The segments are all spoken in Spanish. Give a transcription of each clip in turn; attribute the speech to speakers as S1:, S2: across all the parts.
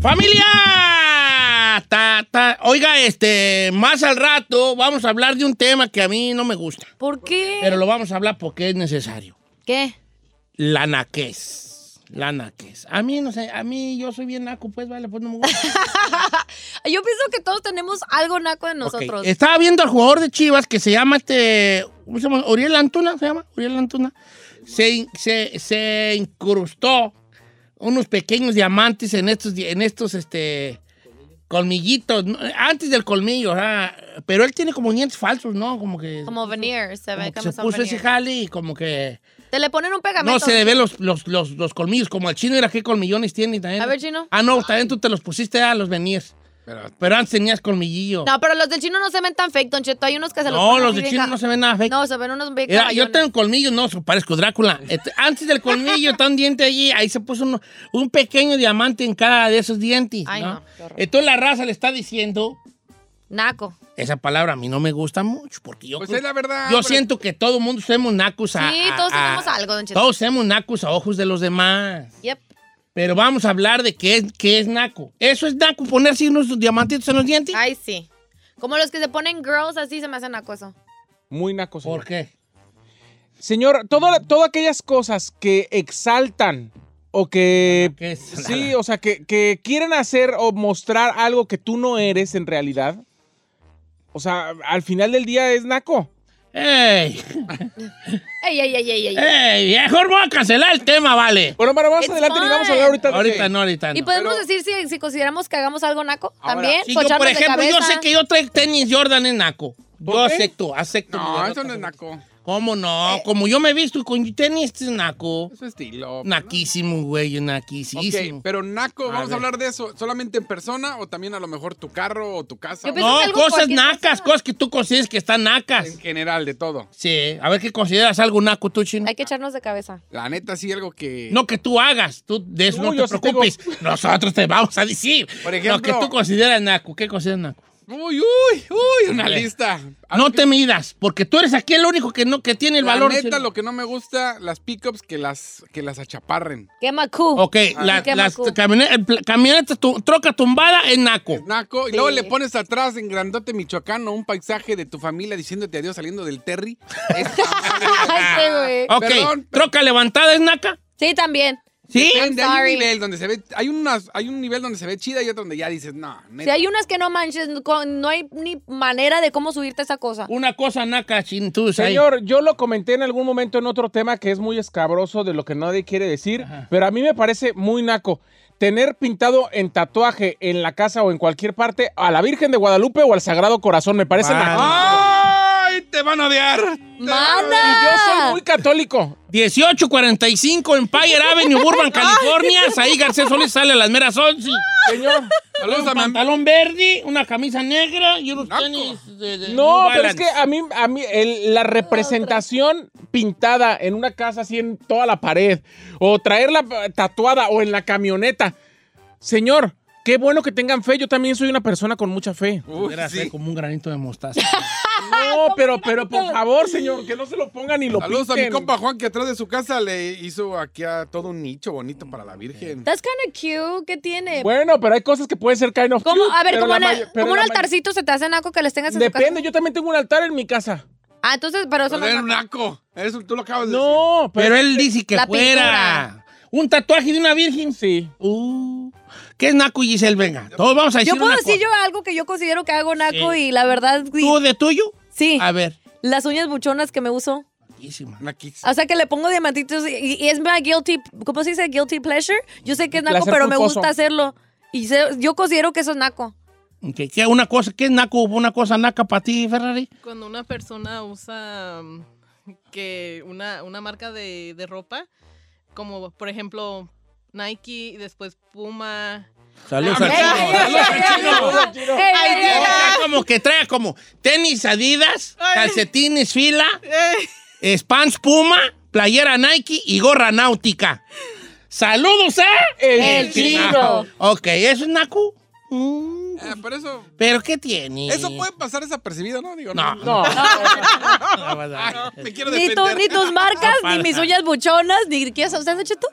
S1: ¡Familia! Ta, ta. Oiga, este, más al rato vamos a hablar de un tema que a mí no me gusta,
S2: ¿Por qué?
S1: pero lo vamos a hablar porque es necesario.
S2: ¿Qué?
S1: La naquez. La naquez. A mí, no sé, a mí yo soy bien naco, pues vale, pues no me gusta.
S2: Yo pienso que todos tenemos algo naco de
S1: Ok,
S2: nosotros.
S1: Estaba viendo al jugador de Chivas que se llama este. ¿Cómo se llama? Uriel Antuna, se llama. Uriel Antuna. Se, in- se, se incrustó unos pequeños diamantes en estos, di- en estos este, colmillitos. ¿no? Antes del colmillo, ajá. pero él tiene como dientes falsos, ¿no? Como que.
S2: Como veneer, se
S1: como
S2: ve
S1: que se
S2: como son
S1: puso ese
S2: veneer.
S1: jale y como que.
S2: Te le ponen un
S1: No
S2: pegamento.
S1: se le ven los, los, los, los colmillos. Como al chino era que colmillones tiene y también.
S2: A ver, chino.
S1: Ah, no, también tú te los pusiste a los venías. Pero, pero antes tenías colmillillo.
S2: No, pero los del chino no se ven tan fake, Don Cheto. Hay unos que se los
S1: No,
S2: ponen
S1: los
S2: así
S1: de
S2: bien
S1: chino
S2: ca-
S1: no se ven nada fake.
S2: No, se ven unos bien
S1: Era- yo
S2: caballones.
S1: tengo colmillos, no, so- parezco Drácula. Este, antes del colmillo está un diente allí, ahí se puso uno- un pequeño diamante en cada de esos dientes.
S2: Ay,
S1: ¿no?
S2: no, qué horror.
S1: Entonces la raza le está diciendo,
S2: Naco.
S1: esa palabra a mí no me gusta mucho, porque yo,
S3: Pues
S1: creo-
S3: es la verdad.
S1: yo
S3: hombre.
S1: siento que todo el mundo somos nacos a...
S2: Sí,
S1: a-
S2: todos
S1: a-
S2: tenemos algo, Don Cheto.
S1: ah, Todos somos nacos a ojos de los demás.
S2: Yep.
S1: Pero vamos a hablar de qué es, qué es naco. Eso es naco, ponerse unos diamantitos en los dientes.
S2: Ay, sí. Como los que se ponen girls, así se me hacen naco eso.
S3: Muy naco, señor.
S1: ¿Por qué?
S3: Señor, todas aquellas cosas que exaltan o que...
S1: ¿Qué es?
S3: Sí, o sea, que, que quieren hacer o mostrar algo que tú no eres en realidad. O sea, al final del día es naco.
S1: ¡Ey!
S2: Ey, ey, ey, ey, ey.
S1: ¡Ey! Mejor voy a cancelar el tema, vale.
S3: Bueno, pero vamos
S2: It's
S3: adelante y vamos a
S2: fun.
S3: hablar ahorita. de-
S1: Ahorita no, ahorita no.
S2: Y podemos
S3: Pero-
S2: decir si, si consideramos que hagamos algo naco
S3: Ahora,
S2: también.
S1: Sí, yo, por
S2: Tocharnos de
S1: ejemplo, yo
S2: cabeza.
S1: sé que yo traigo tenis Jordan en Naco. Yo
S3: ¿Por qué?
S1: acepto, acepto. mi
S4: No,
S1: derrota.
S4: eso no es naco.
S1: ¿Cómo no?
S2: Eh.
S1: Como yo me he visto con tenis, este es Naco.
S4: Es su estilo.
S1: Naquísimo, güey,
S4: Ok,
S1: naquísimo.
S4: pero naco,
S1: A
S4: vamos
S1: ver.
S4: a hablar de eso. ¿Solamente en persona o también a lo mejor tu carro o tu casa?
S2: Yo
S4: o-
S2: pienso-
S1: No,
S2: Pues
S1: pues.
S2: es algo
S1: cosas
S2: cualquier
S1: nacas,
S2: cosa.
S1: cosas que tú consideres que están nacas.
S4: En general, de todo.
S1: Sí, a ver qué consideras algo naco tú, chino.
S2: Hay que echarnos de cabeza.
S4: La neta, sí, algo que...
S1: No que tú hagas, tú de eso
S3: Tú,
S1: no te
S3: yo sí
S1: preocupes. Nosotros te vamos a decir.
S4: Por ejemplo-
S1: lo que tú consideras naco, ¿qué consideras naco?
S4: Uy, uy, uy, una
S1: A ver.
S4: lista.
S1: No te midas, porque tú eres aquí el único que no que tiene el
S4: La
S1: valor.
S4: neta,
S1: chino.
S4: lo que no me gusta, las pickups que las, que las achaparren.
S2: Qué macú.
S1: Ok, la-
S2: qué
S1: las
S2: macu.
S1: camionetas, camioneta tu- troca tumbada en naco.
S4: Es Naco, y luego le pones atrás en grandote michoacano un paisaje de tu familia diciéndote adiós saliendo del Terry.
S2: Ay, güey.
S1: Ok,
S4: Perdón.
S1: troca levantada es naca.
S2: Sí, también.
S1: ¿Sí?
S4: Depende, hay
S2: sorry.
S4: un nivel donde se ve, hay unas, hay un nivel donde se ve chida y otro donde ya dices, no,
S2: Si hay unas que no manches, co- no hay ni manera de cómo subirte a esa cosa.
S1: Una cosa naca, sin tú, ahí.
S3: Señor, yo lo comenté en algún momento en otro tema que es muy escabroso de lo que nadie quiere decir, pero a mí me parece muy naco tener pintado en tatuaje en la casa o en cualquier parte a la Virgen de Guadalupe o al Sagrado Corazón, me parece
S1: Vale.
S3: naco.
S4: ¡Ay! ¡Te van a odiar!
S3: Y yo soy
S2: ¡Manda!
S3: muy católico.
S1: 1845 Empire Avenue, Burbank, California. Ahí Garcés Solís sale a las meras 11.
S3: Señor,
S4: Saludos
S1: Un
S4: a mi-
S1: pantalón verde, una camisa negra y unos
S4: Naco.
S1: tenis de, de
S3: no,
S1: New
S3: pero es
S1: Balance.
S3: que ah, a mí, a mí el- la representación pintada en una casa así en toda la pared o traerla eh, tatuada o en la camioneta. Señor, qué bueno que tengan fe, yo también soy una persona con mucha fe.
S4: Uy,
S1: Pudiera ser
S4: sí.
S1: como un granito de mostaza.
S2: Ah,
S3: No, pero, pero por favor, señor, que no se lo pongan ni lo
S4: Saludos a mi
S3: pinten.
S4: compa Juan que atrás de su casa le hizo aquí a todo un nicho bonito para la Virgen.
S2: That's kind of cute. ¿Qué tiene?
S3: Bueno, pero hay cosas que pueden ser kind of
S2: Como-
S3: cute,
S2: a ver,
S3: pero
S2: como,
S3: la
S2: una-
S3: mayo- pero
S2: como un
S3: la mayo-
S2: altarcito se te hace naco que les tengas en tu casa.
S3: Depende, yo también tengo un altar en mi casa.
S2: Ah, entonces, pero eso
S4: Pero
S2: no es
S4: eres un
S2: naco.
S4: naco. Eres un- tú lo acabas de decir.
S3: No, pero...
S1: pero él dice que
S2: La
S1: fuera. Un tatuaje de una virgen.
S3: Sí.
S1: Uh, ¿Qué es naco, Giselle? Venga, todos vamos a decir
S2: Yo puedo
S1: una
S2: decir
S1: cosa.
S2: yo algo que yo considero que hago naco
S1: Sí.
S2: y la verdad, sí.
S1: ¿Tú de tuyo?
S2: Sí.
S1: A ver.
S2: Las uñas buchonas que me uso.
S1: Naquísima.
S4: Naquis.
S2: O sea, que le pongo diamantitos y, y es mi guilty, ¿cómo se dice? Guilty pleasure. Yo sé que es naco,
S3: Placer
S2: pero me
S3: culposo.
S2: gusta hacerlo. Y sé- yo considero que eso es naco.
S1: Ok, ¿Qué, una cosa, ¿Qué es naco? ¿Una cosa naca para ti, Ferrari?
S5: Cuando una persona usa mm, que una, una marca de, de ropa, como por ejemplo Nike y después Puma.
S1: Saludos
S4: Ah,
S1: al
S4: ey,
S1: chino.
S4: ey,
S1: Saludos al
S2: ey,
S1: chino.
S2: ey, ey,
S5: Ay,
S2: ey,
S1: O
S2: ey.
S1: sea, como que trae como tenis Adidas,
S5: Ay.
S1: calcetines fila,
S5: Eh,
S1: spans Puma, playera Nike y gorra náutica. Saludos, ¿eh?
S3: El,
S2: El
S3: chino.
S2: chino.
S1: Ok, ¿eso es naco? Mm,
S4: Eh, pero eso,
S1: ¿Pero qué tiene?
S4: eso puede pasar desapercibido, ¿no? Digo,
S1: No,
S3: No,
S1: no va a dar.
S4: Ay, me quiero
S2: Ni, tu-
S4: defender.
S2: ni tus marcas,
S1: No,
S2: ni mis
S1: falsa.
S2: uñas buchonas, ni qué es usted, Don Cheto?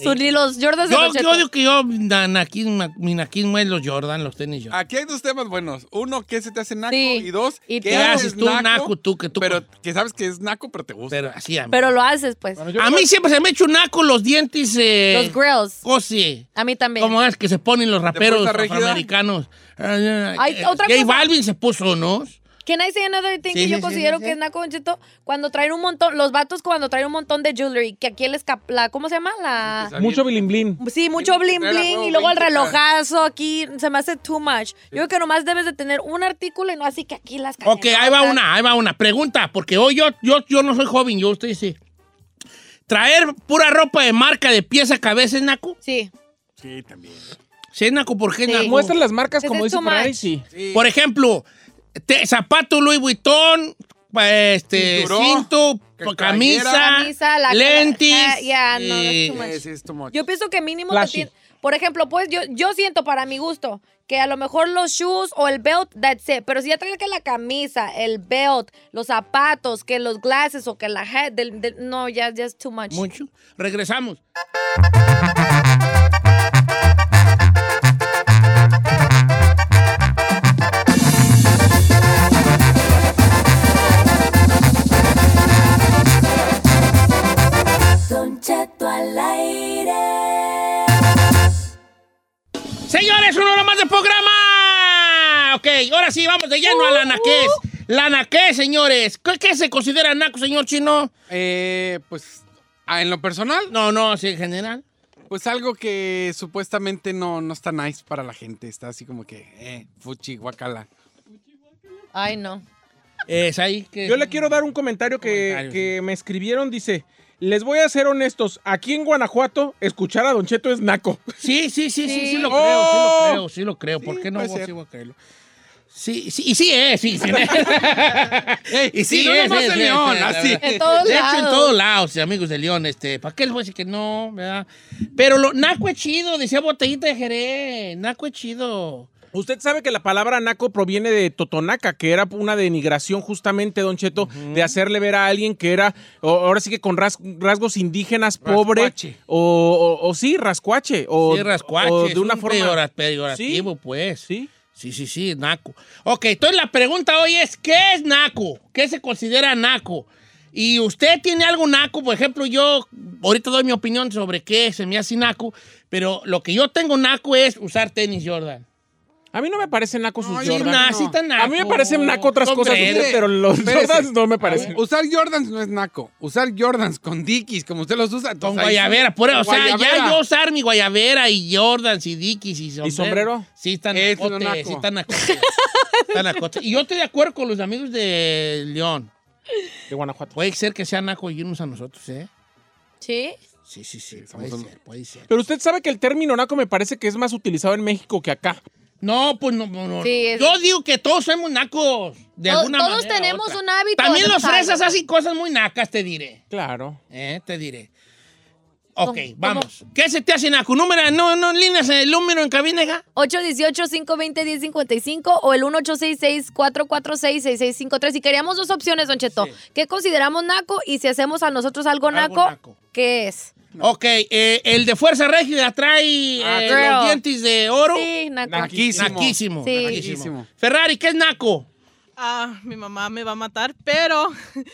S2: Su- Ni los Jordans de
S1: Yo,
S2: Don Cheto.
S1: yo digo que yo, na- naquín, ma- mi naquín es los Jordan, los tenis Jordan.
S4: Aquí hay dos temas buenos. Uno, ¿qué se te hace naco?
S2: Sí.
S4: Y dos,
S2: ¿Y
S1: ¿Qué
S2: ¿Qué
S1: haces tú, naco, tú, que tú?
S4: Pero que sabes que es naco, pero te gusta.
S1: pero así, a mí.
S2: pues, Pero lo haces, pues.
S3: Bueno, yo-
S1: a mí siempre se me echa un naco los dientes. Eh,
S2: los grills.
S1: cosi.
S2: A mí también.
S1: ¿Cómo es que se ponen los raperos
S4: fuerza rígida?
S1: afroamericanos?
S2: Ay,
S1: Ay, eh,
S2: otra
S1: J
S2: cosa.
S1: Balvin se puso, ¿no?
S2: Can I say another thing
S1: Sí,
S2: que
S1: sí,
S2: yo
S1: sí,
S2: considero
S1: sí, sí.
S2: que es naco, Don Cheto? Cuando traen un montón, los vatos cuando traen un montón de jewelry, que aquí el esca- la ¿cómo se llama? La...
S3: mucho bilimblín.
S2: Sí, mucho
S4: Tiene que
S2: bling
S4: traer a
S2: bling
S4: huevo
S2: y luego el
S4: 20 cada-
S2: relojazo aquí, se me hace too much. Yo creo que nomás debes de tener un artículo y no así que aquí las
S1: Ok, ahí va una, ahí va una. Pregunta, porque hoy yo, yo, yo no soy joven, yo usted sí. Traer pura ropa de marca de pies a cabeza es naco.
S2: Sí.
S4: Sí, también.
S1: Sí, es naco, ¿por qué es
S2: Sí.
S1: naco?
S3: Muestra las marcas
S2: Ese
S3: como
S2: es
S3: dice
S2: too much.
S3: Ferrari, sí.
S4: Sí.
S1: Por ejemplo, te- zapato Louis Vuitton, pa- este,
S4: Cinturón,
S1: cinto,
S4: que
S1: pa-
S4: cabellera.
S1: camisa,
S2: Camisa, la-
S1: lentes.
S2: Ah, ya, no,
S1: eh,
S2: that's too much.
S4: Sí, sí, es too much.
S2: Yo pienso que mínimo te
S3: Flashy.
S2: tiene- por ejemplo, pues yo, yo siento para mi gusto que a lo mejor los shoes o el belt, that's it. Pero si ya traes que la camisa, el belt, los zapatos, que los glasses o que la head, del- del- no, ya, ya es too much.
S1: mucho. Regresamos. Señores, una hora más de programa. Ok, ahora sí, vamos de lleno a la naqués. La naqués, señores. ¿Qué, qué se considera naco, señor chino?
S4: Eh, pues, ah, en lo personal,
S1: No, no, sí, en general.
S4: pues algo que supuestamente no, no está nice para la gente. Está así como que, eh, fuchi, guacala.
S2: Ay, no.
S1: Es ahí que.
S3: Yo le quiero dar un comentario que,
S1: Comentario,
S3: que me escribieron, dice... Les voy a ser honestos, aquí en Guanajuato, escuchar a Don Cheto es naco.
S1: Sí, sí, sí, sí, sí, lo creo, sí lo
S4: Sí. Oh.
S1: creo, sí lo creo. ¿Por
S4: Sí,
S1: qué no
S4: puede
S1: voy,
S4: ser.
S1: sí voy a creerlo? Sí, sí, y sí es, sí, sí. y sí,
S4: sí, no
S1: es,
S4: nomás
S1: es,
S4: en
S1: es,
S4: León,
S1: es,
S4: así.
S1: es.
S2: En todos
S1: de hecho, en
S2: lados.
S1: todos lados, amigos de León, este, ¿para qué les voy a decir que no? verdad? Pero lo, Naco es chido, decía Botellita de Jerez, Naco es chido.
S3: Usted sabe que la palabra naco proviene de totonaca, que era una denigración justamente, Don Cheto, de hacerle ver a alguien que era, o- ahora sí que con ras- rasgos indígenas, pobre,
S4: Rascuache.
S3: o, o- o sí, rascuache, o,
S1: Sí, rascuache,
S3: o
S1: es
S3: de una
S1: un
S3: forma...
S1: peyora- peyorativo,
S3: Sí,
S1: pues.
S3: sí.
S1: Sí, sí, sí, naco. Ok, entonces la pregunta hoy es, ¿qué es naco? ¿Qué se considera naco? Y usted tiene algo naco, por ejemplo, yo ahorita doy mi opinión sobre qué se me hace naco, pero lo que yo tengo naco es usar tenis Jordan.
S3: A mí no me parece naco sus
S4: No, yo
S1: Sí,
S3: Jordan.
S1: na-
S4: no.
S1: sí está naco.
S3: A mí me parecen naco otras cosas,
S1: Sombrero.
S4: mire,
S3: pero los
S4: espérese.
S3: Jordans no me parecen.
S1: Uh,
S4: Usar Jordans no es naco. Usar Jordans con Dickies, como usted los usa.
S1: Con
S4: entonces Pues ahí sí.
S1: guayabera, por o sea,
S4: Guayabera.
S1: ya yo usar mi guayabera y Jordans y Dickies y sombrero.
S3: sombrero?
S1: Sí, están
S4: Es lo
S1: nacote,
S4: naco.
S1: sí están nacote. Está nacote. Y yo estoy de acuerdo con los amigos de León.
S3: De Guanajuato.
S1: Puede ser que sea naco y irnos a nosotros, ¿eh?
S2: ¿Sí?
S1: Sí, sí, sí,
S4: somos
S1: puede
S4: unos-
S1: ser, puede ser.
S3: Pero usted sabe que el término naco me parece que es más utilizado en México que acá.
S1: No, pues no, no, no.
S2: Sí, es-
S1: Yo digo que todos somos nacos, de
S2: To-
S1: alguna
S2: todos
S1: manera u
S2: tenemos
S1: otra.
S2: un hábito
S1: También los
S2: aceptable.
S1: fresas hacen cosas muy nacas, te diré.
S3: Claro.
S1: Eh, te diré. Ok,
S2: ¿Cómo-
S1: vamos. ¿Qué se te hace naco? Número, no, no, líneas, el número en cabina, hija.
S2: 818-520-1055 o el 1866-446-6653. Y queríamos dos opciones, Don Cheto.
S1: Sí.
S2: ¿Qué consideramos naco y si hacemos a nosotros algo,
S1: Algo
S2: naco,
S1: naco.
S2: ¿Qué es?
S1: Ok, eh, el de Fuerza Régida trae
S4: Ah,
S1: eh,
S2: creo.
S1: los dientes de oro.
S2: Sí, naco.
S4: Naquísimo.
S1: Naquísimo.
S2: Sí.
S1: naquísimo.
S4: Naquísimo.
S1: Ferrari, ¿qué es naco?
S5: Ah, mi mamá me va a matar, pero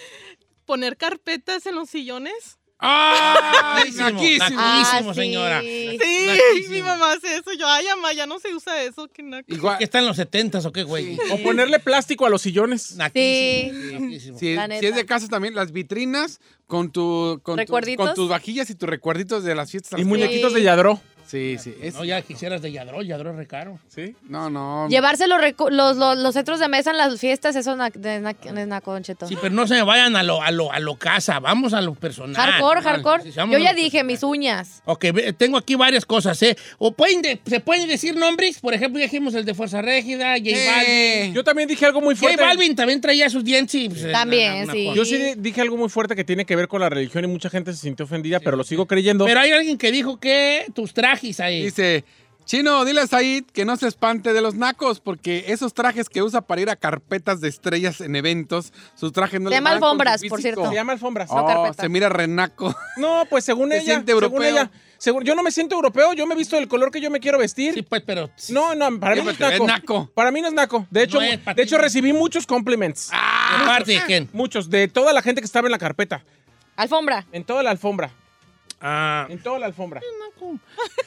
S5: poner carpetas en los sillones.
S1: ¡Ah! naquísimo,
S4: Naquísimo.
S1: naquísimo,
S2: Ah, sí.
S1: señora.
S2: Sí,
S5: Sí,
S1: Naquísimo.
S5: mi mamá hace eso. Yo, ay, mamá, ya no se usa eso. Que naco.
S4: Igual.
S1: ¿Qué está en los 70 o qué, güey?
S3: O ponerle plástico a los sillones.
S1: Naquísimo, naquísimo.
S4: Si,
S2: La
S4: si
S2: neta.
S4: es de casa también, las vitrinas con, tu, con, tu-
S2: ¿Recuerditos?
S4: con tus vajillas y tus recuerditos de las fiestas.
S3: Y muñequitos
S2: Sí.
S3: de Yadro.
S4: Sí, sí. es-
S1: No, ya quisieras de Yadró, Yadró es recaro.
S3: Sí.
S4: no, no.
S2: Llevarse los, recu- los, los, los centros de mesa en las fiestas, eso na- de- na- es naco, Don Cheto.
S1: Sí, pero no se me vayan a lo, a lo, a lo casa, vamos a lo personal.
S2: hardcore,
S1: Vale,
S2: hardcore.
S1: sí, vamos
S2: Yo
S1: a
S2: ya
S1: lo
S2: dije,
S1: personal.
S2: mis uñas.
S1: Ok, ve- tengo aquí varias cosas, ¿eh? O pueden de- ¿Se pueden decir nombres? Por ejemplo, ya dijimos el de Fuerza Régida, J Balvin.
S4: Eh,
S3: Yo también dije algo muy
S1: J
S3: fuerte.
S1: Balvin también traía sus dientes. y, pues,
S2: También,
S1: una- una
S2: sí.
S1: cosa.
S3: Yo sí di- dije algo muy fuerte que tiene que ver con la religión y mucha gente se sintió ofendida, pero lo sigo creyendo.
S1: Pero hay alguien que dijo que tus trajes ahí.
S4: Dice, Chino, dile a Said que no se espante de los nacos, porque esos trajes que usa para ir a carpetas de estrellas en eventos, sus trajes no
S2: Se
S4: le
S2: llama
S4: van con su
S2: alfombras, por
S4: físico.
S2: cierto.
S3: Se llama alfombras.
S2: No,
S4: Oh,
S2: carpeta.
S4: se mira renaco.
S3: No, pues según
S4: Se
S3: ella,
S4: siente
S3: según
S4: europeo.
S3: ella, según- yo no me siento europeo, yo me he visto del color que yo me quiero vestir.
S1: Sí, pues, pero.
S3: No, no, para
S4: Sí,
S3: mí no
S4: pero
S3: es
S4: te ves
S3: naco.
S4: naco.
S3: Para mí no es naco. De hecho,
S1: No es para
S3: de
S1: ti,
S3: hecho
S1: no.
S3: recibí muchos compliments.
S1: Ah, aparte de quién.
S3: Muchos, de toda la gente que estaba en la carpeta.
S2: Alfombra.
S3: En toda la alfombra.
S1: Ah.
S3: En toda la alfombra.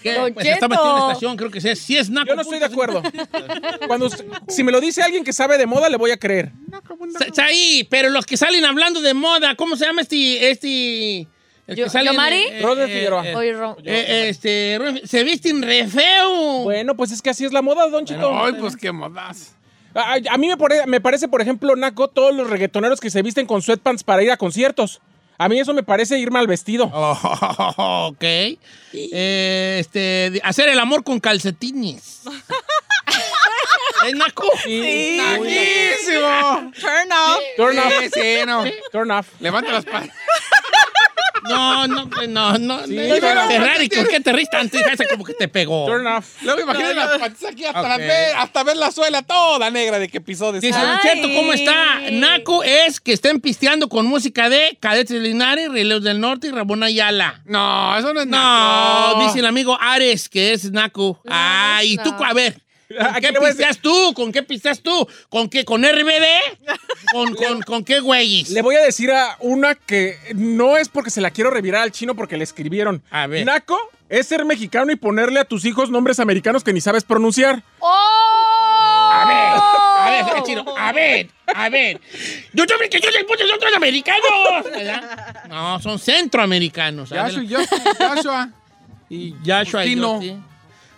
S1: ¿Qué?
S2: Don
S1: Pues está metido en la
S2: Cheto.
S1: estación, creo que sí, sí es naco.
S3: Yo no estoy de acuerdo. Cuando, usted- si me lo dice alguien que sabe de moda, le voy a creer.
S1: Sa- Saí, pero los que salen hablando de moda, ¿cómo se llama este. este el
S2: Yo-
S1: que sale. en-
S2: ¿Yomari? Oh,
S3: Roden Figueroa.
S1: eh,
S2: Oye, Ron.
S1: eh, este, Roden- se visten re feo.
S3: Bueno, pues es que así es la moda, don Chito.
S4: Ay, pues qué modas.
S3: A, a- a mí me, pare- me parece, por ejemplo, Naco, todos los reggaetoneros que se visten con sweatpants para ir a conciertos. A mí eso me parece ir mal vestido.
S1: Oh, ok. Eh, este, de- hacer el amor con calcetines. ¿Es naco?
S3: Sí.
S4: ¡Naquísimo!
S5: Turn off.
S3: Turn off.
S4: Sí, sí, no.
S3: Turn off.
S4: Levanta las patas.
S1: No, no, no, no. no.
S4: pero-
S1: Ferrari, ¿con qué te ríes tanto? Hija, esa como que te pegó.
S3: Turn off.
S4: Luego imagínate las patas aquí hasta,
S1: Ok.
S4: ver, hasta ver la suela toda negra de que pisó de
S1: Dice,
S2: Ay.
S1: Don Cheto, ¿cómo está? Naco es que estén pisteando con música de Cadetes Linares, Relevos del Norte y Ramón Ayala.
S4: No, eso no es
S1: No,
S4: naco.
S1: dice el amigo Ares, que es Naco. Ay,
S2: no.
S1: tú, a ver.
S3: ¿A
S1: ¿Con qué
S3: quién le voy a decir?
S1: pisteas tú? ¿Con qué pisteas tú? ¿Con qué? ¿Con RBD? ¿Con, con, con qué güeyes?
S3: Le voy a decir a una que no es porque se la quiero revirar al chino porque le escribieron.
S1: A ver.
S3: Naco es ser mexicano y ponerle a tus hijos nombres americanos que ni sabes pronunciar.
S2: ¡Oh!
S1: A ver, a ver, chino, a ver, a ver. Yo también que yo soy puto, son todos americanos. ¿verdad? No, son centroamericanos.
S4: Yashua,
S1: Adelante.
S4: Joshua, Joshua. Y
S1: Yashua y
S4: Justino.
S1: Justin.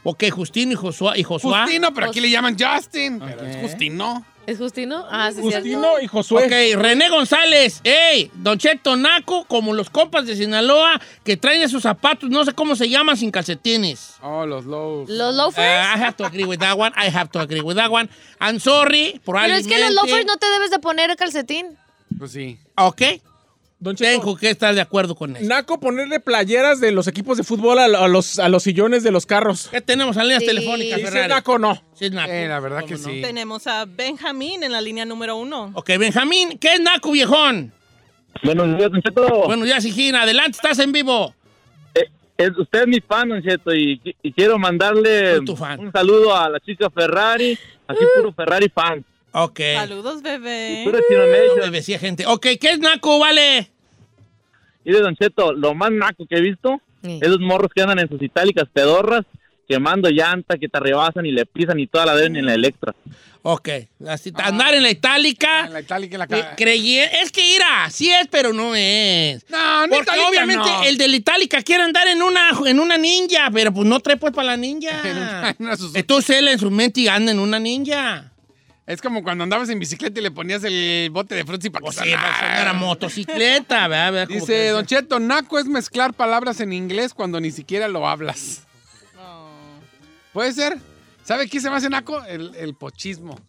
S1: Ok, Justino y Josué. Y Josué.
S4: Justino, pero aquí le llaman Justin. Pero
S1: Ok.
S4: es Justino.
S2: ¿Es Justino? Ah, sí, sí.
S3: Justino y Josué.
S1: Ok, René González. Ey, Don Cheto Naco, como los compas de Sinaloa que traen esos zapatos, no sé cómo se llaman, sin calcetines.
S4: Oh, los lows.
S2: ¿Los
S1: Uh,
S2: loafers?
S1: I have to agree with that one. I have to agree with that one. I'm sorry,
S2: Pero
S1: probablemente.
S2: es que los loafers no te debes de poner calcetín.
S4: Pues sí.
S1: Ok,
S3: Don Cheto,
S1: tengo que estar de acuerdo con eso.
S3: Naco ponerle playeras de los equipos de fútbol a, a los, a los sillones de los carros.
S1: ¿Qué tenemos en líneas
S2: Sí.
S1: telefónicas,
S2: Sí, sí,
S3: Dice
S1: Ferrari?
S3: Naco no.
S1: Sí, es naco.
S4: Eh, la verdad que
S1: ¿Cómo no?
S4: sí.
S5: Tenemos a Benjamín en la línea número uno.
S1: Ok, Benjamín, ¿qué es naco, viejón?
S6: Buenos días, Don Cheto.
S1: Bueno, ya, Sigina, adelante, estás en vivo.
S6: Eh, es- usted es mi fan, Don Cheto, y, qui- y quiero mandarle
S1: Soy tu fan. Uh.
S6: un saludo a la chica Ferrari, así puro Ferrari fan.
S1: Ok.
S5: Saludos, bebé.
S6: Puro Chino
S1: Uh, No
S6: Nation.
S1: me decía gente. Ok, ¿qué es naco, vale?
S6: Mire, Don Cheto, lo más naco que he visto
S2: Sí.
S6: es los morros que andan en sus itálicas pedorras, quemando llanta, que te rebasan y le pisan y toda la deben en la Electra.
S1: Ok, así, andar en la itálica.
S4: Ah, En la itálica y la
S1: Eh,
S4: cara.
S1: creyé- es que ira, sí es, pero no es.
S4: No, no
S1: Porque
S4: itálica,
S1: obviamente
S4: no.
S1: el de la itálica quiere andar en una, en una ninja, pero pues no trae pues para la
S4: En una-
S1: ninja.
S4: en una Suzuki.
S1: Entonces él en su mente y anda en una ninja.
S4: Es como cuando andabas en bicicleta y le ponías el bote de frutti para que
S1: O sea, Pues va a sonar a
S4: sonara.
S1: motocicleta, ¿verdad? ¿verdad? Como
S4: Pues Dice
S1: que-
S4: Don Cheto, naco es mezclar palabras en inglés cuando ni siquiera lo hablas.
S5: No.
S4: ¿Puede ser? ¿Sabe qué se me hace naco? El, el pochismo.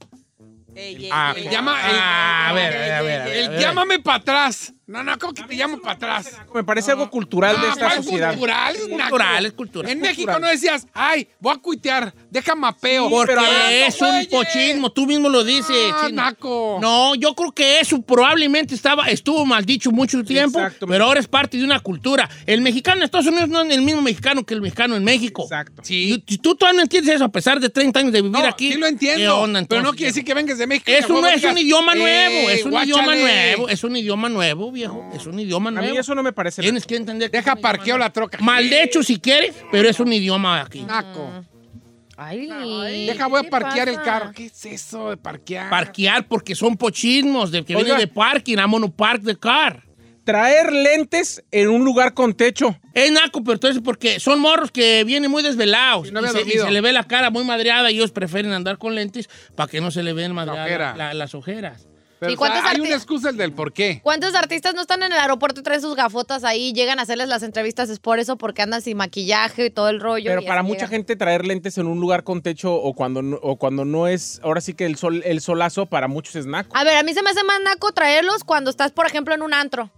S5: Ey, ey,
S1: Ah,
S5: ey,
S4: el
S5: ey,
S4: llama-
S5: ey,
S1: ah,
S5: ey,
S1: a ver,
S5: ey,
S1: a ver, a
S5: ey,
S1: ver, a
S5: ey,
S1: ver.
S5: ey.
S4: El llámame para atrás. No, no, ¿cómo que te llamo para atrás?
S3: Me parece algo cultural de
S4: Ah,
S3: esta
S4: ¿cuál
S3: sociedad.
S4: cultural? Es naco.
S1: Cultural, es cultural.
S4: En
S1: Es
S4: México
S3: cultural.
S4: no decías, ay, voy a cuitear, deja mapeo.
S1: Porque
S3: pero naco,
S1: es un
S4: güeyes.
S1: pochismo, tú mismo lo dices.
S4: Ah,
S1: chino.
S4: naco.
S1: No, yo creo que eso probablemente estaba, estuvo mal dicho mucho tiempo,
S3: Exactamente.
S1: pero ahora es parte de una cultura. El mexicano en Estados Unidos no es el mismo mexicano que el mexicano en México.
S3: Exacto.
S1: Y tú- tú todavía no entiendes eso, a pesar de 30 años de vivir
S4: No,
S1: aquí.
S4: sí lo
S1: ¿Qué
S4: entiendo.
S1: onda,
S4: pero no
S1: entonces,
S4: quiere decir
S1: viejo?
S4: que vengas de México. y a
S1: Es un,
S4: huevo
S1: es
S4: digas,
S1: un idioma
S4: "Eh,
S1: nuevo, es un idioma
S4: guáchale,
S1: nuevo, es un idioma nuevo, viejo, es un idioma
S3: A
S1: nuevo.
S3: mí eso no me parece.
S1: Tienes que entender que
S4: Deja
S1: es un idioma
S4: parqueo
S1: nuevo.
S4: la troca.
S1: Mal de hecho si quieres, pero es un idioma aquí.
S4: Naco.
S1: Mm.
S2: Ay,
S4: Deja, voy
S2: ¿qué
S4: a parquear el
S2: pasa?
S4: carro. ¿Qué es eso de parquear?
S1: Parquear porque son pochismos de que
S3: Oiga.
S1: vienen de parking, I'm gonna park the car.
S3: Traer lentes en un lugar con techo.
S1: Es naco, pero entonces porque son morros que vienen muy desvelados.
S4: Y
S1: Y,
S4: no había
S1: se,
S4: dormido.
S1: y se le ve la cara muy madreada y ellos prefieren andar con lentes para que no se le vean madreadas
S4: ojera.
S1: la- las ojeras.
S4: Pero,
S2: ¿Y
S4: o sea,
S2: cuántos
S4: hay
S2: arti-
S4: una excusa el del por qué.
S2: ¿Cuántos artistas no están en el aeropuerto y traen sus gafotas ahí y llegan a hacerles las entrevistas? Es por eso, porque andan sin maquillaje y todo el rollo.
S3: Pero
S2: y
S3: para
S2: así
S3: mucha
S2: llegan.
S3: gente traer lentes en un lugar con techo o cuando no, o cuando no es, ahora sí que el sol, el solazo para muchos es naco.
S2: A ver, a mí se me hace más naco traerlos cuando estás, por ejemplo, en un antro.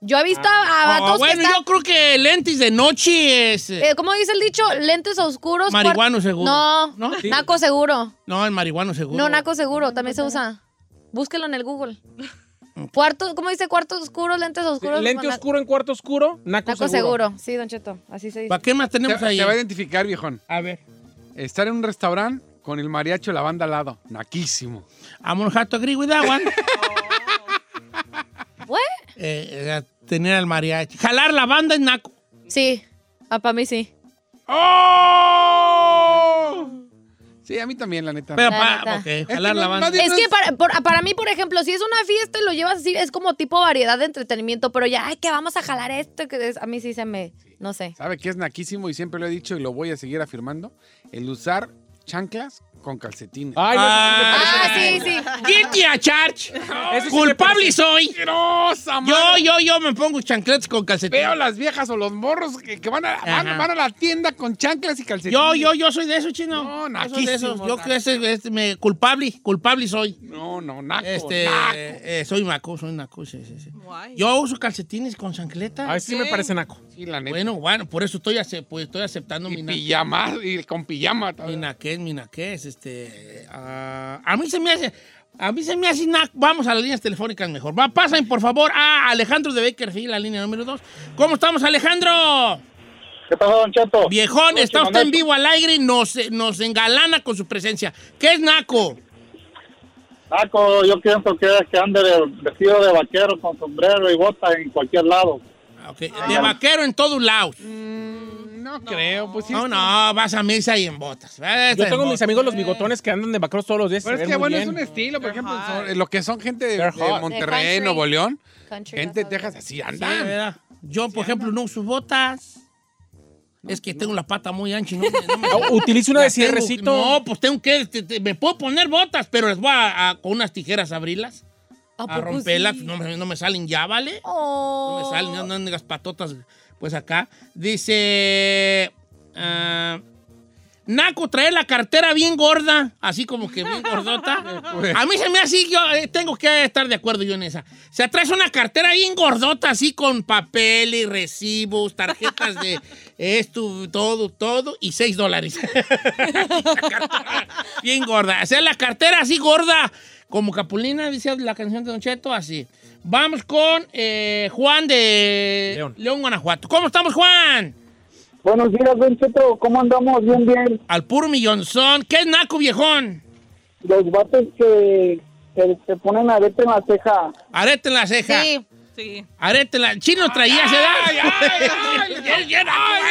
S2: Yo he visto a, a
S1: Ah,
S2: vatos
S1: bueno,
S2: que están...
S1: yo creo que lentes de noche es... eh,
S2: eh, ¿Cómo dice el dicho? Lentes oscuros. cuar-
S1: Marihuano seguro.
S2: No,
S1: ¿No? Sí.
S2: naco seguro.
S1: no, el marihuano seguro.
S2: No, naco seguro, también se usa. Búsquelo en el Google.
S1: Mm.
S2: Cuarto, ¿cómo dice cuarto oscuro, lentes oscuros?
S3: Lente
S2: na-
S3: oscuro en cuarto oscuro, naco,
S1: pues,
S2: Naco
S3: seguro.
S2: seguro. Sí, Don Cheto, así se dice.
S1: ¿Para qué más
S4: Te,
S1: tenemos ahí?
S4: te va a identificar, viejón.
S1: A ver.
S4: Estar en un restaurante con el mariachi o la banda al lado. Naquísimo.
S1: I'm gonna have to agree with that one.
S2: ¿What?
S1: Eh, eh, tener al mariachi. Jalar la banda es naco.
S2: Sí, para mí sí.
S4: Sí, a mí también, la neta.
S1: Pero
S2: La
S1: pa-
S2: neta.
S1: ok,
S4: Es que
S1: jalar
S4: no-
S1: la
S4: más
S1: banda.
S4: bien-
S2: Es que para, por- para mí, por ejemplo, si es una fiesta y lo llevas así, es como tipo variedad de entretenimiento, pero ya, ay, que vamos a jalar esto, que es- a mí sí se me, no sé.
S4: ¿Sabe qué es naquísimo? Y siempre lo he dicho y lo voy a seguir afirmando. El usar chanclas con calcetines.
S3: Ay, no,
S2: Ah,
S3: eso sí me parece-
S2: sí, sí.
S1: Guilty a charge.
S3: Eso sí
S1: Culpable soy.
S4: ¡Asquerosa,
S1: Yo,
S4: madre!
S1: yo, yo me pongo chancletas con calcetines.
S4: Veo las viejas o los morros que, que van, a,
S1: Ajá.
S4: van, van a la tienda con chanclas y calcetines.
S1: Yo, yo, yo soy de eso, chino.
S4: No,
S1: Yo soy de esos.
S4: naquísimo,
S1: Yo que ese, este, me, culpable, culpable soy.
S4: No, no, naco,
S1: Este,
S4: naco.
S1: eh, soy naco, soy naco, sí, sí, sí.
S5: Guay.
S1: Yo uso calcetines con chancleta.
S3: Ay, sí me parece naco.
S4: Sí, la neta.
S1: bueno, bueno, por eso estoy, ace- pues, estoy aceptando mi
S4: y
S1: naco.
S4: pijama, y con pijama.
S1: Mi
S4: todavía.
S1: naqués, mi naqués, este... ah, a mí se me hace... A mí se me hace... na- Vamos a las líneas telefónicas mejor. Va, pasen, por favor, a Alejandro de Bakerfield, la línea número 2. ¿Cómo estamos, Alejandro?
S6: ¿Qué pasó, Don Cheto?
S1: Viejón,
S6: Oye,
S1: está usted
S6: Manuel.
S1: en vivo al aire y nos, eh, nos engalana con su presencia. ¿Qué es naco?
S6: Naco, yo pienso que es que ande de- vestido de vaquero con sombrero y bota en cualquier lado.
S1: Ah, ok, De vaquero en todos lados.
S4: No, creo, pues sí.
S1: No, no, vas a misa y en botas. Vas
S3: Yo
S1: en
S3: tengo
S1: botas.
S3: mis amigos los bigotones que andan de vaqueros todos los días.
S4: Pero
S3: se
S4: es
S3: ven
S4: que,
S3: muy
S4: bueno, es
S3: bien.
S4: un estilo. Por ejemplo,
S5: hot.
S4: son- lo que son gente de,
S3: They're
S4: de
S3: hot.
S4: Monterrey,
S2: Country.
S4: Nuevo León,
S2: Country,
S4: gente de
S2: that's all
S4: Texas, así
S1: Sí,
S4: andan.
S1: ¿verdad? Yo, por ejemplo, no uso botas. es que tengo la pata muy ancha y no, me- no me-
S3: Ah, Utilice una de
S1: Las tengo-
S3: cierrecito.
S1: No, pues tengo que. te- te- me puedo poner botas, pero les voy a, a- con unas tijeras a abrirlas,
S2: ¿A
S3: Ah,
S1: a,
S3: pues,
S2: poco
S1: romperlas.
S2: sí?
S1: No, me- no me salen ya, ¿vale? No me
S2: Oh.
S1: salen, no andan las patotas, pues acá. Dice. ah, Naco, trae la cartera bien gorda, así como que bien gordota. A mí se me hace, yo eh, tengo que estar de acuerdo yo en esa. O sea, traes una cartera bien gordota, así con papel y recibos, tarjetas de esto, todo, todo, y seis dólares. bien gorda. O sea, la cartera así gorda, como Capulina, dice la canción de Don Cheto, así. Vamos con eh, Juan de
S3: León.
S1: León, Guanajuato. ¿Cómo estamos, Juan?
S6: Buenos días, Don Cheto. ¿Cómo andamos? Bien, bien.
S1: Al puro millonzón. ¿Qué es Naco, viejón?
S6: Los vatos que, que se ponen arete en la ceja.
S1: Arete en la ceja.
S2: Sí,
S5: Sí.
S1: Arete en la... Chino traía ese
S4: Ay, ay, ay, ay,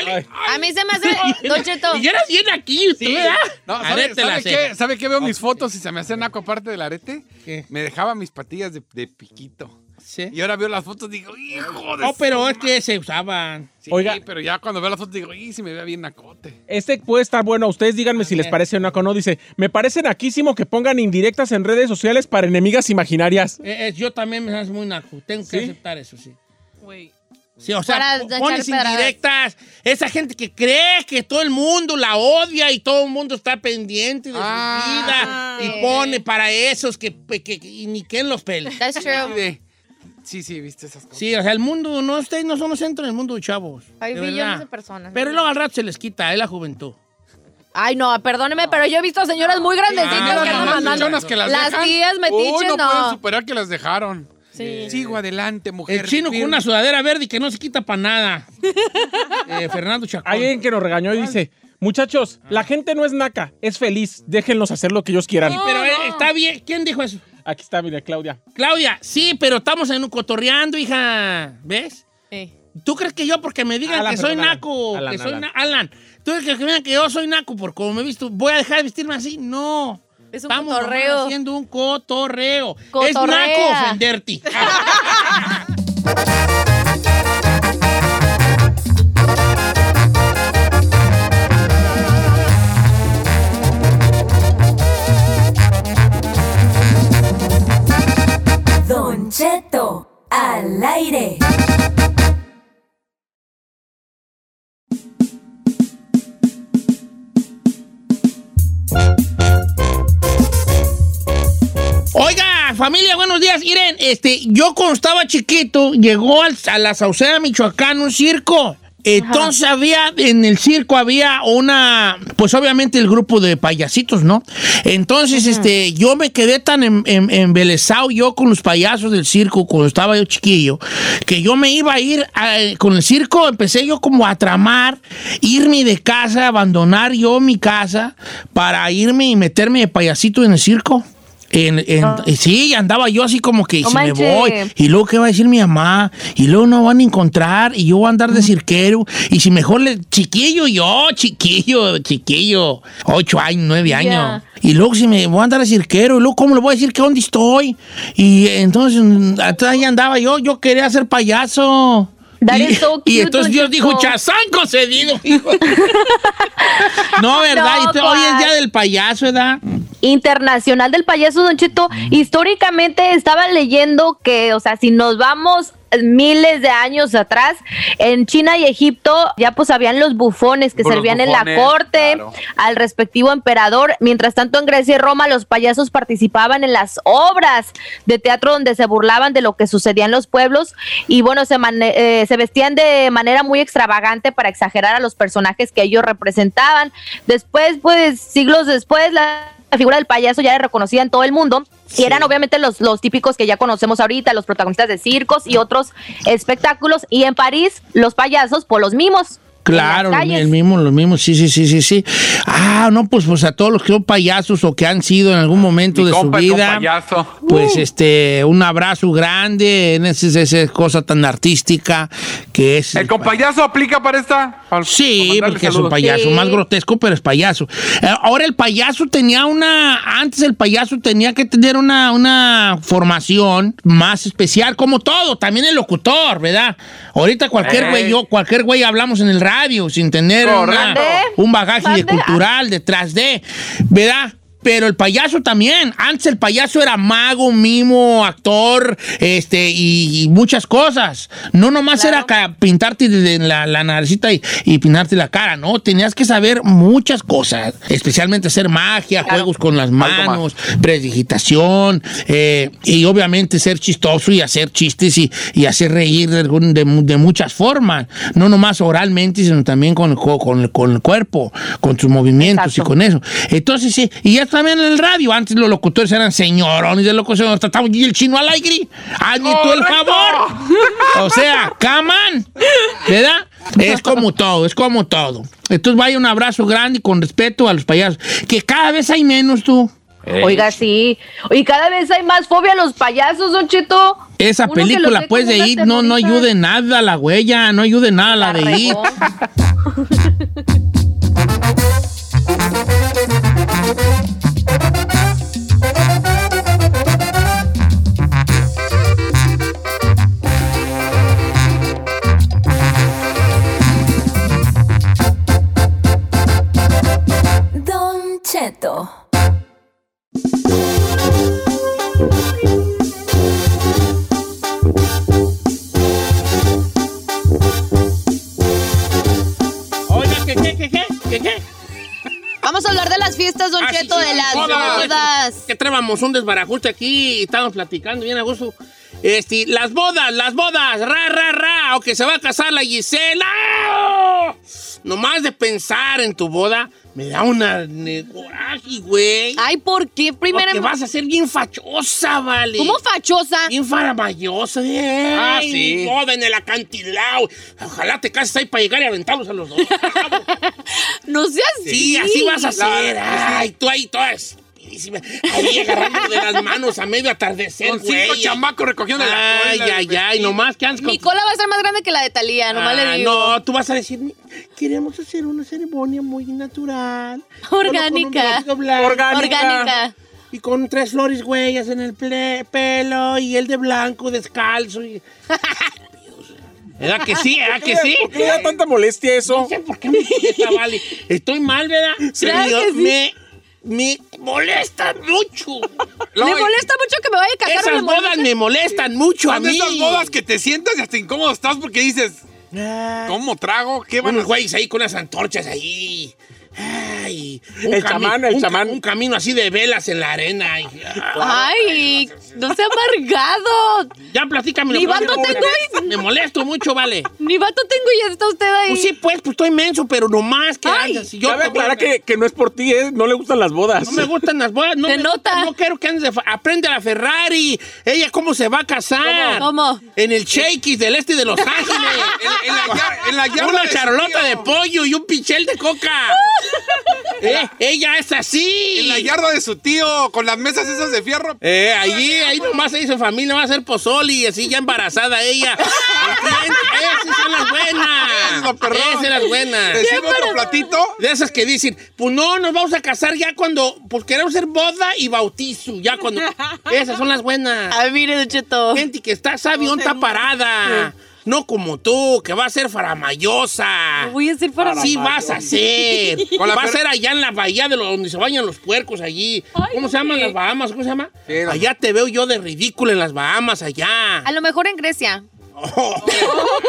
S4: ay,
S2: a mí se me hace, Don Cheto,
S1: Y eras bien aquí, tú, ¿verdad?
S4: No, ¿sabe,
S1: Arete en
S4: sabe
S1: la
S4: qué?
S1: ceja.
S4: ¿Sabe qué veo mis fotos y se me hace naco aparte del arete?
S1: ¿Qué?
S4: Me dejaba mis patillas de, de piquito.
S1: Sí.
S4: Y ahora veo las fotos y digo, hijo de...
S1: No,
S4: su
S1: Oh, pero es
S4: ma-".
S1: que se usaban.
S4: Sí,
S3: Oiga.
S4: pero ya cuando veo las fotos digo, y si me vea bien nacote.
S3: Este puede estar bueno. Ustedes díganme si les parece o no. no. Dice, me parece naquísimo que pongan indirectas en redes sociales para enemigas imaginarias.
S1: Eh, eh, yo también me hace muy naco. Tengo que aceptar eso, sí.
S5: Güey.
S1: Sí, o sea,
S2: Para
S1: po-
S2: echar
S1: pones
S2: pedradas.
S1: indirectas. Esa gente que cree que todo el mundo la odia y todo el mundo está pendiente de
S4: Ah,
S1: su vida.
S2: sí.
S1: Y pone para esos que, que- que- y ni quién los pele.
S2: that's
S4: Y
S2: true.
S4: de- Sí, sí, viste esas cosas.
S1: Sí, o sea, el mundo, no, ustedes no son los centros del mundo, chavos.
S2: Hay
S1: de
S2: millones
S1: verdad.
S2: de personas.
S1: Pero luego al rato se les quita, es la juventud.
S2: Ay, no, perdóneme, pero yo he visto señoras muy grandecitas
S1: Ah,
S2: que
S1: no,
S2: andan
S1: no, no,
S2: mandando.
S1: no,
S4: millonas que las,
S2: Las
S4: dejan.
S2: tías
S4: Uy,
S2: metiches,
S4: no,
S2: no.
S4: pueden superar que las dejaron. Sigo adelante, mujer.
S1: El chino con
S4: firme.
S1: una sudadera verde y que no se quita para nada. Eh, Fernando Chacón.
S3: Hay alguien que nos regañó y dice, muchachos,
S1: Ah.
S3: la gente no es naca, es feliz. Déjenlos hacer lo que ellos quieran.
S1: Sí, pero eh, está bien. ¿Quién dijo eso?
S3: Aquí está, mira, Claudia.
S1: Claudia, sí, pero estamos en un cotorreando, hija. ¿Ves?
S2: Sí.
S1: ¿Tú crees que yo, porque me digan
S3: Alan,
S1: que soy
S3: perdón, Alan.
S1: naco,
S3: Alan,
S1: que soy
S3: Alan.
S1: na- Alan. ¿tú crees que me digan que yo soy naco por como me he visto? ¿Voy a dejar de vestirme así? No.
S2: Es un
S1: Estamos
S2: cotorreo.
S1: nomás haciendo un cotorreo. Es
S2: Cotorrea.
S1: naco ofenderte.
S7: Don Cheto, al aire.
S1: Oiga, familia, buenos días. Miren, este, yo cuando estaba chiquito, llegó al- a la Sauceda, Michoacán, un circo. Entonces había, en el circo había una, pues obviamente el grupo de payasitos, ¿no? Entonces, este, yo me quedé tan em- em- embelesado yo con los payasos del circo cuando estaba yo chiquillo, que yo me iba a ir a- con el circo, empecé yo como a tramar, irme de casa, abandonar yo mi casa para irme y meterme de payasito en el circo. En, en- y Sí, andaba yo así como que
S2: Ah. No
S1: si me
S2: manches.
S1: voy, y luego qué va a decir mi mamá, y luego no van a encontrar, y yo voy a andar de cirquero, y si mejor le, chiquillo yo, chiquillo, chiquillo, ocho años, nueve años, y luego si me voy a andar de cirquero, y luego cómo le voy a decir que dónde estoy, y entonces mm, atrás ya andaba yo, yo quería ser payaso.
S2: That
S1: y,
S2: is so
S1: y
S2: cute,
S1: entonces Dios
S2: Don Cheto.
S1: dijo, chazán concedido, hijo. no, ¿verdad?
S2: No,
S1: Y te- hoy es
S2: ¿cuál?
S1: día del payaso, ¿verdad?
S8: Internacional del Payaso, Don Cheto. Históricamente estaba leyendo que, o sea, si nos vamos miles de años atrás, en China y Egipto ya pues habían los bufones que
S4: Los
S8: servían en
S4: bufones,
S8: la corte
S4: claro.
S8: al respectivo emperador. Mientras tanto, en Grecia y Roma los payasos participaban en las obras de teatro donde se burlaban de lo que sucedía en los pueblos y bueno, se, mane- eh, se vestían de manera muy extravagante para exagerar a los personajes que ellos representaban. Después, pues siglos después, la la figura del payaso ya era reconocida en todo el mundo y eran obviamente los, los típicos que ya conocemos ahorita, los protagonistas de circos y otros espectáculos. Y en París, los payasos por los mimos. en las
S1: Claro, lo mi-
S8: calles.
S1: el mismo, lo mismo, sí, sí, sí, sí, sí. Ah, no, pues, pues a todos los que son payasos o que han sido en algún momento de su
S4: compa es un
S1: vida.
S4: payaso.
S1: Pues
S8: Uh.
S1: este, un abrazo grande en ese- esa, cosa tan artística que es.
S4: ¿El compayazo aplica para esta? Para- para
S1: Sí,
S4: mandarle
S1: porque es un
S4: saludos.
S1: payaso,
S8: Sí.
S1: más grotesco, pero es payaso. Eh, Ahora el payaso tenía una, antes el payaso tenía que tener una, una formación más especial, como todo, también el locutor, ¿verdad? Ahorita cualquier
S4: Ey.
S1: güey, yo, cualquier güey hablamos en el radio sin tener una-
S4: Correcto.
S1: un bagaje de
S8: Mande.
S1: cultural detrás de, ¿verdad? Pero el payaso también. Antes el payaso era mago, mimo, actor, este, y, y muchas cosas. No nomás era ca- pintarte de- de la, la naricita y, y pintarte la cara, ¿no? Tenías que saber muchas cosas, especialmente hacer magia, juegos con las manos, predigitación, eh, y obviamente ser chistoso y hacer chistes y, y hacer reír de, algún- de mu- de muchas formas. No nomás oralmente, sino también con, el co- con el- con el cuerpo, con tus movimientos y
S8: Exacto.
S1: con eso. Entonces, sí, y ya también en el radio, antes los locutores eran señorones de locución, ahorita estamos y el chino al aire. Hazme tú el favor. O sea, caman, ¿verdad? Es como todo, es como todo. Entonces vaya un abrazo grande y con respeto a los payasos, que cada vez hay menos tú.
S8: Oiga, sí. Y cada vez hay más fobia a los payasos, Don Cheto.
S1: Esa
S8: Uno que los
S1: película,
S8: ve
S1: pues,
S8: como
S1: de
S8: unas
S1: IT no, no
S8: terroristas.
S1: ayude nada a la huella, no ayude nada a la de IT.
S7: Don Cheto.
S1: Oiga, ¿qué, qué, qué, qué? ¿Qué, qué?
S9: Vamos a hablar de las fiestas, Don
S1: Ah,
S9: Cheto,
S1: sí, sí,
S9: de las
S1: hola,
S9: bodas.
S1: Que traemos un desbarajuste aquí y estamos platicando bien a gusto. Este, las bodas, las bodas, ra, ra, ra, o que se va a casar la Gisela. ¡Ah! Nomás de pensar en tu boda, me da una ne- coraje, güey.
S9: Ay, ¿por qué? Primero,
S1: Porque vas a ser bien fachosa, vale.
S9: ¿cómo fachosa?
S1: Bien faramayosa. eh.
S4: Ah,
S1: Ay,
S4: sí.
S1: Boda en el acantilado. Ojalá te cases ahí para llegar y aventarlos a los dos.
S9: No seas así.
S1: Sí, así vas a hacer. Ay, tú ahí toda estupidísima. Ahí agarrando de las manos a medio atardecer,
S4: Con cinco
S1: güey.
S4: chamacos recogiendo la
S1: Ay,
S4: cola del
S1: ay, ay,
S4: vestido.
S1: nomás que andas con...
S9: Mi cola va a ser más grande que la de Talía, nomás
S1: Ah,
S9: le digo.
S1: No, tú vas a decir, queremos hacer una ceremonia muy natural. solo con un
S9: Orgánica.
S1: vestido blanco".
S9: Orgánica.
S1: Y con tres flores huellas en el ple- pelo y el de blanco descalzo. Y... ¿Era que sí? ¿Era que sí?
S3: ¿Por qué le da tanta molestia
S1: No
S3: eso?
S1: sé por qué me molesta, vale. Estoy mal, ¿verdad?
S9: Claro
S1: Pero
S9: que sí.
S1: me, me molesta mucho.
S9: Le molesta mucho que me vaya a casar. o le
S1: Esas
S9: molesta?
S1: bodas me molestan mucho a
S4: Son de
S1: mí.
S4: esas bodas que te sientas y hasta incómodo estás porque dices,
S1: Ah,
S4: ¿cómo trago? ¿Qué van a
S1: Unos
S4: hacer?
S1: güeyes ahí con las antorchas ahí. Ay,
S3: El chamán, el
S1: un ca-
S3: chamán.
S1: Un camino así de velas en la arena. y-
S2: Ay, no sea amargado.
S1: ya platícame.
S2: Ni vato tengo.
S1: Me molesto mucho, vale.
S2: Ni vato tengo y ya está usted ahí.
S1: Pues sí, pues, pues estoy menso, pero nomás que
S2: Ay.
S1: andas. y Yo
S3: Yo Cabe
S1: te voy a-
S3: aclarar que, que no es por ti, ¿eh? no le gustan las bodas.
S1: No me gustan las bodas. No,
S2: Se
S1: me
S2: nota.
S1: gustan, no quiero que andes de fa- Aprende a la Ferrari. Ella, ¿cómo se va a casar?
S2: ¿Cómo? ¿Cómo?
S1: En el Shakey's del este de Los Ángeles.
S4: En, en la, ya- en la yarda
S1: Una
S4: de su
S1: charolota
S4: tío.
S1: de pollo y un pichel de coca. Eh, ella es así.
S4: En la yarda de su tío, con las mesas esas de fierro.
S1: Eh, allí, ahí nomás se hizo familia, va a ser pozoli, así ya embarazada ella. ¿Entiendes? Esas son las
S4: Es
S1: buenas.
S4: lo perrón.
S1: Esas son las buenas.
S4: ¿Te sirve otro platito?
S1: De esas que dicen, pues no, nos vamos a casar ya cuando, pues queremos hacer boda y bautizo, ya cuando. Esas son las buenas.
S2: Ay, mire, Don Cheto.
S1: Gente que está sabión, está parada. No como tú, que va a ser faramayosa.
S2: Voy a decir para
S1: Sí vas a hacer.
S4: Con la
S1: Va a
S4: fer-
S1: ser allá en la bahía de lo- donde se bañan los puercos allí. ¿Cómo se llaman las Bahamas? ¿Cómo se llama?
S4: Sí, las-
S1: allá te veo yo de ridículo en las Bahamas, allá.
S10: A lo mejor en Grecia.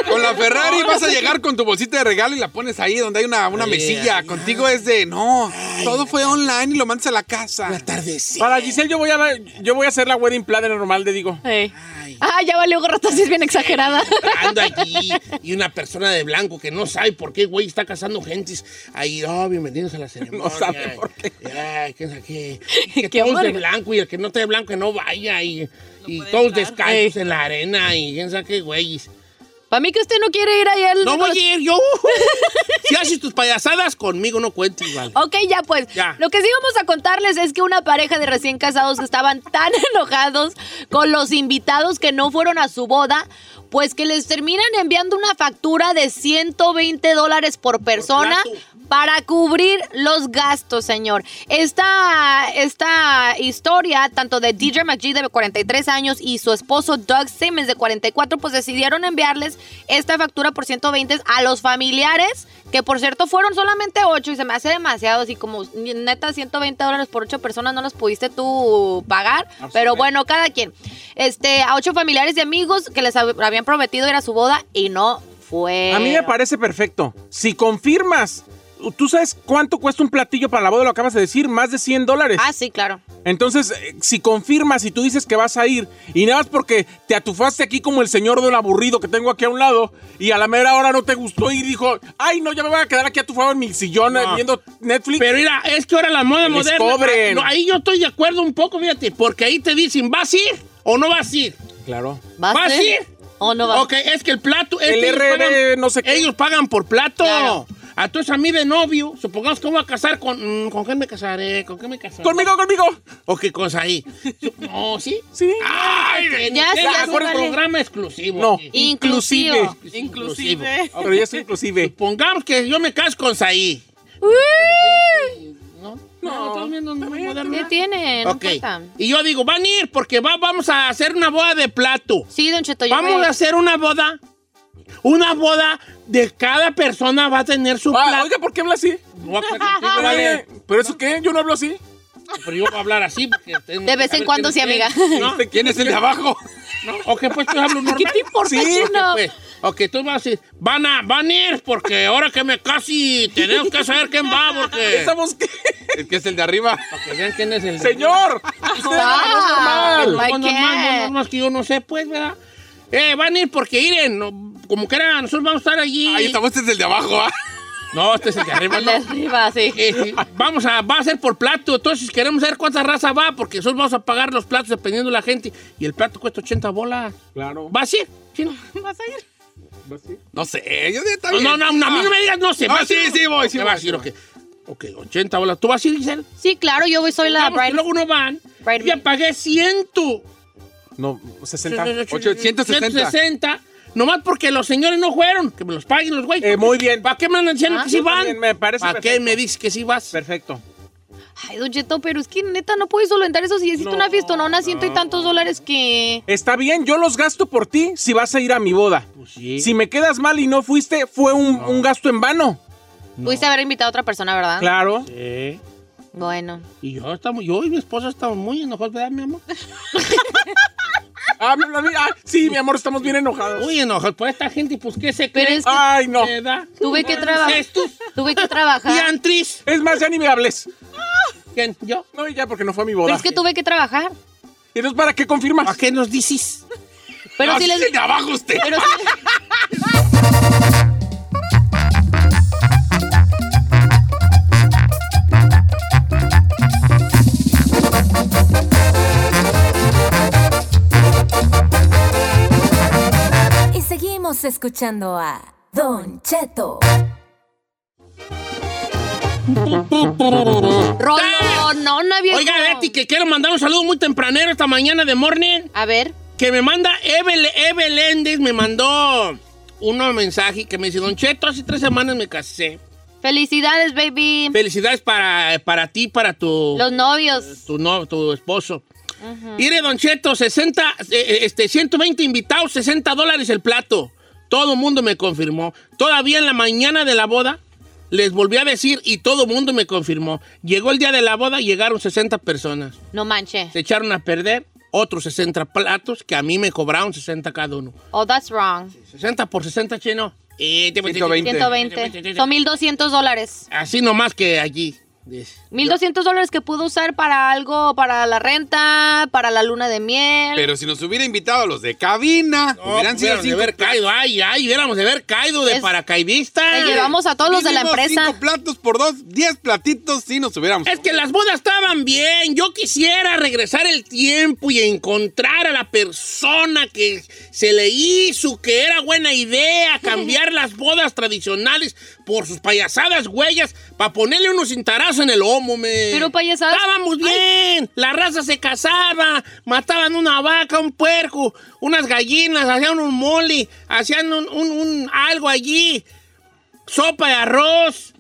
S4: Con la Ferrari vas a llegar con tu bolsita de regalo y la pones ahí donde hay una, una
S1: Ay,
S4: mesilla.
S1: ay,
S4: Contigo es de, no, todo fue online y lo mandas a la casa.
S1: La tardecita.
S3: Para Giselle, yo voy a ver- yo voy a hacer la wedding planner normal, le digo.
S2: Ey.
S1: Ay.
S2: Ah, ya valió gorrota, si es bien exagerada.
S1: Ando allí y una persona de blanco que no sabe por qué, güey, está casando gentes. Ahí, oh, bienvenidos a la ceremonia.
S3: No sabe por qué.
S1: Ay, ¿qué es aquí? Que
S2: Qué
S1: todos de
S2: amargo.
S1: blanco y el que no esté de blanco que no vaya. Y, y todos descalzos en la arena y quién sabe qué, güey.
S2: Para mí que usted no quiere ir ahí al...
S1: No voy a ir yo. si haces tus payasadas, conmigo no cuentes igual.
S2: Ok, ya pues.
S1: Ya.
S2: Lo que sí vamos a contarles es que una pareja de recién casados que estaban tan enojados con los invitados que no fueron a su boda, pues que les terminan enviando una factura de 120 dólares por persona
S1: plato.
S2: para cubrir los gastos, señor. Esta, esta historia, tanto de DJ McGee de 43 años y su esposo Doug Simmons de 44, pues decidieron enviarles esta factura por 120 a los familiares, que por cierto fueron solamente 8 y se me hace demasiado, así como neta 120 dólares por 8 personas no los pudiste tú pagar, pero bueno, cada quien. Este, a 8 familiares y amigos que les hab- habían prometido ir a su boda y no fue.
S3: A mí me parece perfecto. Si confirmas, tú sabes cuánto cuesta un platillo para la boda, lo acabas de decir, más de 100 dólares.
S2: Ah, sí, claro.
S3: Entonces, eh, si confirmas y tú dices que vas a ir, y nada más porque te atufaste aquí como el señor del aburrido que tengo aquí a un lado, y a la mera hora no te gustó y dijo, ay, no, ya me voy a quedar aquí atufado en mi sillón eh,
S1: No.
S3: viendo Netflix.
S1: Pero mira, es que ahora la moda
S3: Les
S1: moderna. ah,
S3: cobren.
S1: No, ahí yo estoy de acuerdo un poco, fíjate, porque ahí te dicen, ¿vas a ir o no vas a ir?
S3: claro.
S2: ¿Vas,
S1: ¿Vas a
S2: eh?
S1: ir?
S2: ¿O no vas?
S1: Ok, es que el plato. es
S3: El
S1: que ellos
S3: RB,
S1: pagan-
S3: no sé qué.
S1: Ellos pagan por plato.
S2: Claro.
S1: A Entonces a mí de novio, supongamos que me voy a casar con. mm, ¿Con quién me casaré? ¿Con quién me casaré?
S3: Conmigo, conmigo.
S1: ¿O qué cosa ahí? Su- No, ¿sí?
S3: Sí.
S1: ¡Ay!
S2: Ya
S1: es
S2: sé, ya
S1: un
S2: sé, vale.
S1: programa exclusivo.
S3: No.
S1: Sí.
S2: Inclusive.
S1: Es exclusivo.
S5: Inclusive.
S3: Pero ya es inclusive.
S1: Supongamos que yo me caso con Saí. ¿No? No, también no, no, moderno.
S2: ¿Qué tiene? No
S1: Ok.
S2: importa.
S1: Y yo digo, van a ir porque va- vamos a hacer una boda de plato.
S2: Sí, Don Cheto, yo
S1: Vamos
S2: voy.
S1: a hacer una boda. Una boda de cada persona va a tener su
S3: Ah,
S1: plato.
S3: oiga, ¿por qué habla así?
S1: No voy a hablar contigo,
S3: Vale.
S1: Ah, vale.
S3: ¿Pero eso qué? Yo no hablo así.
S1: Pero yo voy a hablar así. Porque tengo que
S2: vez en
S1: saber
S2: cuando
S1: quién
S2: sí,
S1: es
S2: amiga.
S1: quién, ¿no?
S4: ¿Quién es el de abajo?
S1: ¿No? Ok, pues yo hablo normal. ¿Qué te importa,
S2: chino?
S1: ok, tú vas a decir, van a, van a ir porque ahora que me casi tenemos que saber quién va porque...
S3: ¿Estamos qué?
S4: El que es el de arriba.
S1: Para que vean quién es el...
S3: Señor. Usted
S2: Ah,
S1: No,
S3: normal.
S1: no, normal,
S2: Michael.
S1: no, no, es que yo no sé, pues, ¿verdad? Eh, van a ir porque iren, no, como que era, nosotros vamos a estar allí.
S4: Ahí estamos, este es el de abajo, ¿ah?
S1: No, este es el de arriba,
S2: El de
S1: no.
S2: arriba, sí.
S1: Eh, eh, vamos a, va a ser por plato, entonces queremos saber cuánta raza va, porque nosotros vamos a pagar los platos dependiendo de la gente, y el plato cuesta 80 bolas.
S3: Claro.
S1: ¿Va a ser? ¿Sí, no?
S5: ¿Vas a ir?
S4: No sé, yo digo, está
S1: No,
S4: bien.
S1: no, no, a mí no me digas, no sé.
S4: Ah,
S1: ¿vas a
S4: sí,
S1: ir?
S4: sí, voy, sí,
S1: ¿Qué
S4: voy,
S1: vas a
S4: sí,
S1: ir?
S4: voy.
S1: Ok, Ok, 80 bolas. ¿Tú vas a ir, Giselle?
S2: Sí, claro, yo voy, soy la
S1: Vamos, que
S2: bride.
S1: luego no van.
S2: Bride-
S1: Yo ya pagué 100.
S3: No, 60.
S4: 860.
S1: 160. Nomás porque los señores no fueron, que me los paguen los güeyes.
S3: Eh, muy bien.
S1: ¿Para qué me andan diciendo
S2: Ah,
S1: que sí
S3: yo
S1: van?
S3: también, me parece
S1: ¿Para qué
S3: perfecto.
S1: me dices que sí vas?
S3: Perfecto.
S2: Ay, Don Cheto, pero es que neta no puedes solventar eso. Si hiciste una fiestonona, ciento y tantos dólares que.
S3: Está bien, yo los gasto por ti si vas a ir a mi boda.
S1: Pues sí.
S3: Si me quedas mal y no fuiste, fue un, un gasto en vano.
S2: Pudiste haber invitado a otra persona, ¿verdad?
S3: Claro.
S1: Sí.
S2: Bueno.
S1: Y yo, estamos, yo y mi esposa estamos muy enojados, ¿verdad, mi amor?
S3: Ah, bla, bla, bla. Ah, sí, mi amor, estamos bien enojados.
S1: Uy, Eh. enojado por esta gente, pues qué se
S9: Pero
S1: cree.
S9: es que
S3: Ay, no.
S1: ¿Verdad?
S9: tuve que trabajar.
S1: Estos
S9: Tuve que trabajar.
S1: diantris.
S3: Es más, ya ni me hables.
S1: ¿Quién? ¿Yo?
S3: No, y ya, porque no fue a mi
S9: Pero
S3: boda.
S9: es que tuve que trabajar.
S3: ¿Y entonces para qué confirmas?
S1: ¿A qué nos dices?
S9: Pero si les.
S3: de abajo usted.
S9: Pero sí-
S7: Y seguimos escuchando a Don Cheto.
S9: Rolo, no, no había.
S1: ¡Ah! Oiga, Betty, que quiero mandar un saludo muy tempranero esta mañana de morning.
S9: A ver.
S1: que me manda Evelyn Eveléndez, me mandó un mensaje que me dice, Don Cheto, hace tres semanas me casé.
S9: Felicidades, baby.
S1: Felicidades para, para ti, para tu,
S9: Los novios.
S1: tu, no- tu esposo. Mire, Don Cheto, 60, eh, este, 120 invitados, 60 dólares el plato. Todo el mundo me confirmó. Todavía en la mañana de la boda les volví a decir y todo el mundo me confirmó. Llegó el día de la boda, llegaron 60 personas.
S9: No manches.
S1: Se echaron a perder otros 60 platos que a mí me cobraron 60 cada uno.
S9: Oh, that's wrong.
S1: 60 por 60 chino. Eh, te-
S4: 120.
S9: 120. Son 1200 dólares.
S1: Así nomás que allí. dice.
S9: 1200 dólares que pudo usar para algo, para la renta, para la luna de miel.
S4: Pero si nos hubiera invitado a los de cabina,
S1: No,
S4: hubieran sido
S1: hubiéramos de
S4: cinco
S1: haber
S4: platos.
S1: caído, ay, ay, hubiéramos de haber caído de
S9: Es-
S1: paracaidista.
S9: Te llevamos a todos los de la
S4: Mínimo
S9: empresa.
S4: Cinco platos por dos, diez platitos, si nos hubiéramos.
S1: Es que las bodas estaban bien. Yo quisiera regresar el tiempo y encontrar a la persona que se le hizo que era buena idea cambiar las bodas tradicionales por sus payasadas huellas para ponerle unos cintarazos en el lomo, me.
S9: Pero payasadas-
S1: Estábamos bien. La raza se casaba, mataban una vaca, un puerco, unas gallinas, hacían un mole, hacían un, un- un algo allí. Sopa de arroz.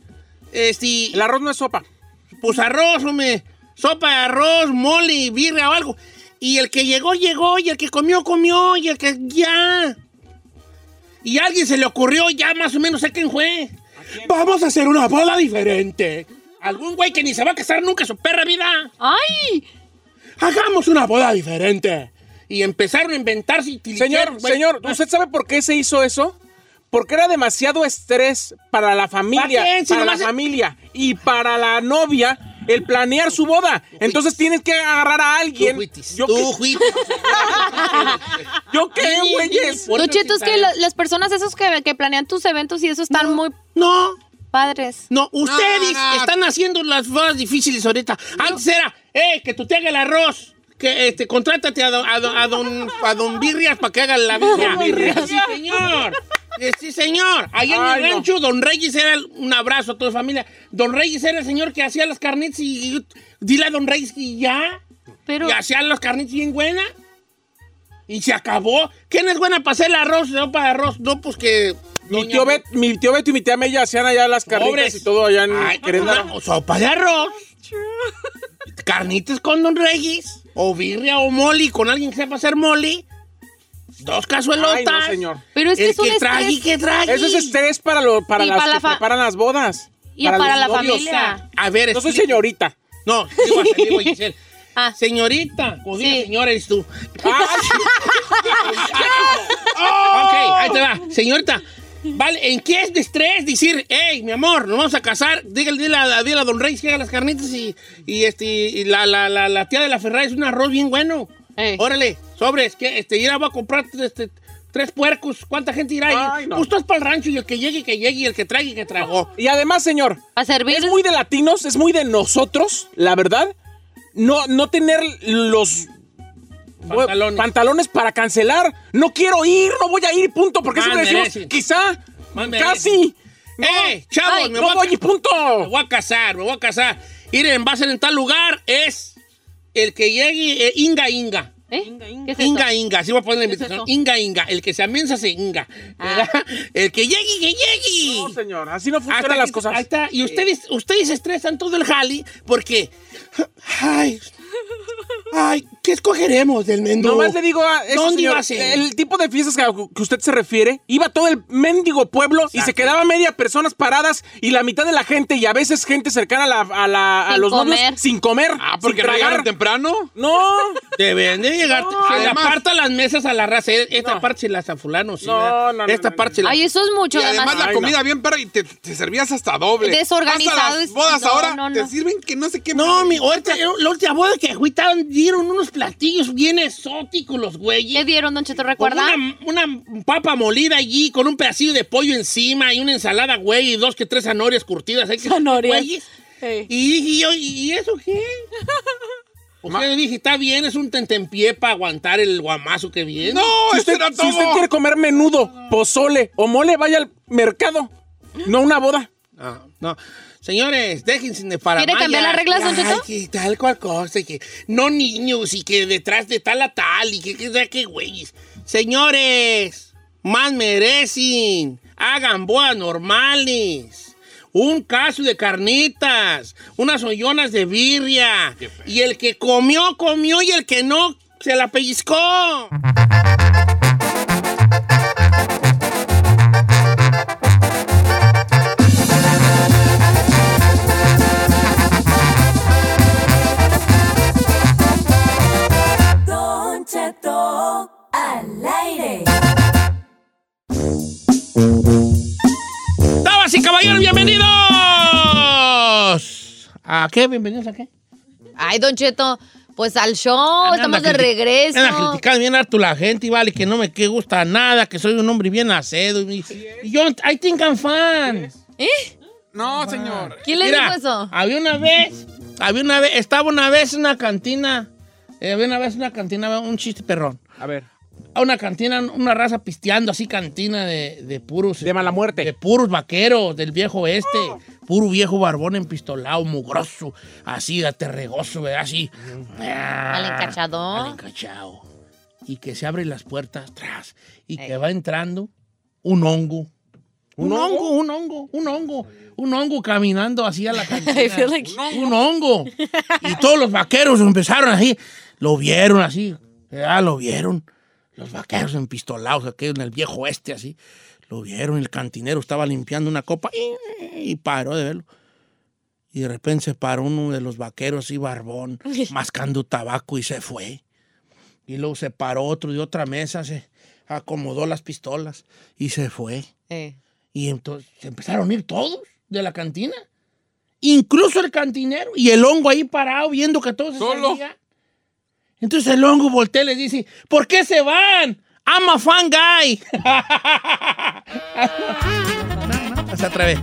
S1: Este,
S3: El arroz no es sopa.
S1: pues arroz, hombre, sopa de arroz, mole, birra o algo. Y el que llegó, llegó, y el que comió, comió, y el que ya. Y a alguien se le ocurrió, ya más o menos sé quién fue. Vamos a hacer una boda diferente. Algún güey que ni se va a casar nunca en su perra vida.
S9: ¡Ay!
S1: Hagamos una boda diferente. Y empezaron a inventarse y
S3: Señor, señor, ¿usted sabe por qué se hizo eso? Porque era demasiado estrés para la familia,
S1: ¿Para
S3: para,
S1: qué? Si
S3: la
S1: nomás-
S3: familia y para la novia el planear su boda. Entonces tienes que agarrar a alguien. Yo,
S1: Tú,
S3: qué-
S1: juitis.
S3: yo qué, güeyes.
S1: Ponlo
S9: Lo cheto es que
S1: cintarero.
S9: la- las personas esos que, que planean tus eventos y eso están muy
S1: No,
S9: padres.
S1: No, ustedes
S4: no, no.
S1: están haciendo las cosas difíciles ahorita. Antes era, eh, que tú te hagas el arroz. Que este, contrátate a don, a don, a don, a don Birrias para que haga la birria. Sí, señor. Eh, Sí, señor. Allá en
S3: Ay,
S1: el
S3: no.
S1: rancho, don Reyes era el- un abrazo a toda la familia. Don Reyes era el señor que hacía las carnitas y, y- dile a don Reyes que ya.
S9: Pero
S1: Y hacían las carnitas bien buenas. Y se acabó. ¿Quién es buena para hacer el arroz? Sopa de arroz. No, pues que.
S3: Mi
S1: doña-
S3: tío, Bet- mi tío Beto y mi tía Mella hacían allá las carritas
S1: Pobres.
S3: y todo allá en
S1: Ay,
S3: Querétaro.
S1: no, sopa de arroz. Carnitas con Don Reyes. O birria o moli con alguien que sepa hacer moli. Dos cazuelotas.
S3: Ay, no, señor.
S9: Pero es que
S1: El
S9: es un
S1: que trague,
S9: estrés.
S1: que trague.
S3: Eso es estrés para, lo, para
S9: Y
S3: las
S9: para la
S3: que
S9: fa-
S3: preparan las bodas.
S9: y para
S3: los
S9: la
S3: novios.
S9: familia.
S1: A ver,
S3: No soy
S1: explica-
S3: señorita.
S1: No, digo, digo, Giselle.
S9: Ah.
S1: Señorita, o diga,
S9: Sí.
S1: señora, eres tú.
S3: Ay,
S1: Ok, ahí te va. Señorita, vale, ¿en qué es de estrés decir, hey, mi amor, nos vamos a casar? Dígale, dile a, dile a Don Reyes que haga las carnitas y, y, este, y la, la- la- la tía de la Ferrari es un arroz bien bueno.
S9: Ey.
S1: Órale, sobres, que este, irá voy a comprar este, tres puercos. ¿Cuánta gente irá ahí?
S3: Ay, no.
S1: Justo es para el rancho y "Pues el que llegue, que llegue y el que traiga, que tragó.
S3: y además, señor,
S9: A servir.
S3: es muy de latinos, es muy de nosotros, la verdad. No, no tener los
S1: Pantalones.
S3: pantalones para cancelar. No quiero ir, no voy a ir, punto. Porque
S1: Más
S3: siempre
S1: mereces.
S3: decimos, quizá,
S1: Más
S3: casi. No,
S1: ¡Eh, chavos!
S9: Ay,
S1: me
S3: no
S1: voy a
S3: voy y punto.
S1: Me voy a casar, me voy a casar. Miren, va a ser en tal lugar, es el que llegue, eh, Inga Inga.
S9: ¿Eh?
S5: Inga, inga.
S9: ¿Qué es eso?
S1: Inga Inga, así voy a poner la
S5: ¿Qué es
S1: invitación.
S5: eso?
S1: inga Inga, el que se amensa se Inga. ¿Verdad? El que llegue, que llegue.
S3: No, señor, así no
S1: Hasta
S3: funcionan las
S1: que-
S3: cosas.
S1: ahí está. Y ustedes, ustedes estresan todo el jali porque. Ay. Ay, ¿qué escogeremos del menú?
S3: Nomás le digo a eso,
S1: ¿Dónde
S3: señor,
S1: iba a ser?
S3: el tipo de fiestas que, que usted se refiere, iba todo el mendigo pueblo y se quedaba media personas paradas y la mitad de la gente y a veces gente cercana a, la- a la- a
S9: Sin
S3: los novios
S9: comer.
S3: sin comer,
S4: Ah, porque
S3: sin
S4: no llegaron
S3: tragar.
S4: temprano.
S3: No,
S1: Deben de llegar, se le
S4: Además-
S1: aparta las mesas a la raza. e- Esta parte se las a fulano, sí,
S3: No,
S1: ¿verdad?
S3: no, no,
S1: Esta
S3: no,
S1: parte se la-
S9: Ay, eso es
S4: Y
S9: mucho.
S4: además la
S3: Ay,
S4: comida bien perra y te, te servías hasta doble.
S9: Desorganizado
S4: Vas a las
S9: es-
S4: bodas
S9: no,
S4: ahora
S9: no,
S4: te
S9: no.
S4: sirven que no sé qué.
S1: No, mi, ahorita, yo- la última boda que fui, estaban- dieron unos platillos bien exóticos los
S9: ¿Qué
S1: güeyes.
S9: dieron, Don Cheto?
S1: Con
S9: ¿Recuerda?
S1: una, una papa molida allí, con un pedacillo de pollo encima y una ensalada, güey, y dos que tres zanahorias curtidas. Hay que
S9: Zanahorias.
S1: güeyes. Y dije yo, ¿y eso qué? O sea, yo dije, está bien, es un tentempié para aguantar el guamazo que viene.
S4: No,
S3: Si
S4: este
S3: usted,
S4: era todo.
S3: si usted quiere comer menudo, pozole o mole, vaya al mercado. No una boda.
S1: Ah, no. Señores, déjense de para
S9: ¿Quiere cambiar las reglas, Don Cheto?
S1: que tal cual cosa, y que no niños, y que detrás de tal a tal, y que que sea que güeyes. Señores, más merecen. Hagan bodas normales. Un caso de carnitas, unas ollonas de birria. Y el que comió, comió, y el que no, se la pellizcó.
S7: Don Cheto al aire.
S1: Damas y caballeros, bienvenidos. ¿A qué? ¿Bienvenidos a qué?
S9: Ay, Don Cheto, pues al show,
S1: Anda
S9: estamos de
S1: criti- Anda
S9: regreso.
S1: criticando bien harto la gente y vale que no me que gusta nada, que soy un hombre bien nacido. Y, y yo, I think I'm fan.
S4: No, señor.
S9: ¿Eh? ¿Quién le
S1: Mira,
S9: dijo eso?
S1: Había una vez, había una vez, estaba una vez en una cantina, eh, había una vez en una cantina, un chiste perrón.
S3: A ver,
S1: A una cantina, una raza pisteando así, cantina de, de puros.
S3: de mala muerte.
S1: De puros vaqueros del viejo oeste. Puro viejo barbón empistolado, mugroso, así, aterregoso, ¿verdad? Así.
S3: Ah,
S1: Al
S9: encachadón.
S1: Al encachado. Y que se abren las puertas atrás y que va entrando un hongo. Un, hongo? un hongo, un hongo, un hongo caminando así a la cantina. Un hongo. Y todos los vaqueros empezaron así, lo vieron así, ah, lo vieron. Los vaqueros empistolados, aquellos en el viejo oeste así. Lo vieron, el cantinero estaba limpiando una copa y, y paró de verlo. Y de repente se paró uno de los vaqueros y barbón, mascando tabaco y se fue. Y luego se paró otro de otra mesa, se acomodó las pistolas y se fue.
S9: Eh.
S1: Y entonces se empezaron a ir todos de la cantina. Incluso el cantinero y el hongo ahí parado viendo que todos se
S4: Solo.
S1: salían. Entonces el hongo voltea y les dice, ¿por qué se van? I'm a fan guy. o sea, otra vez.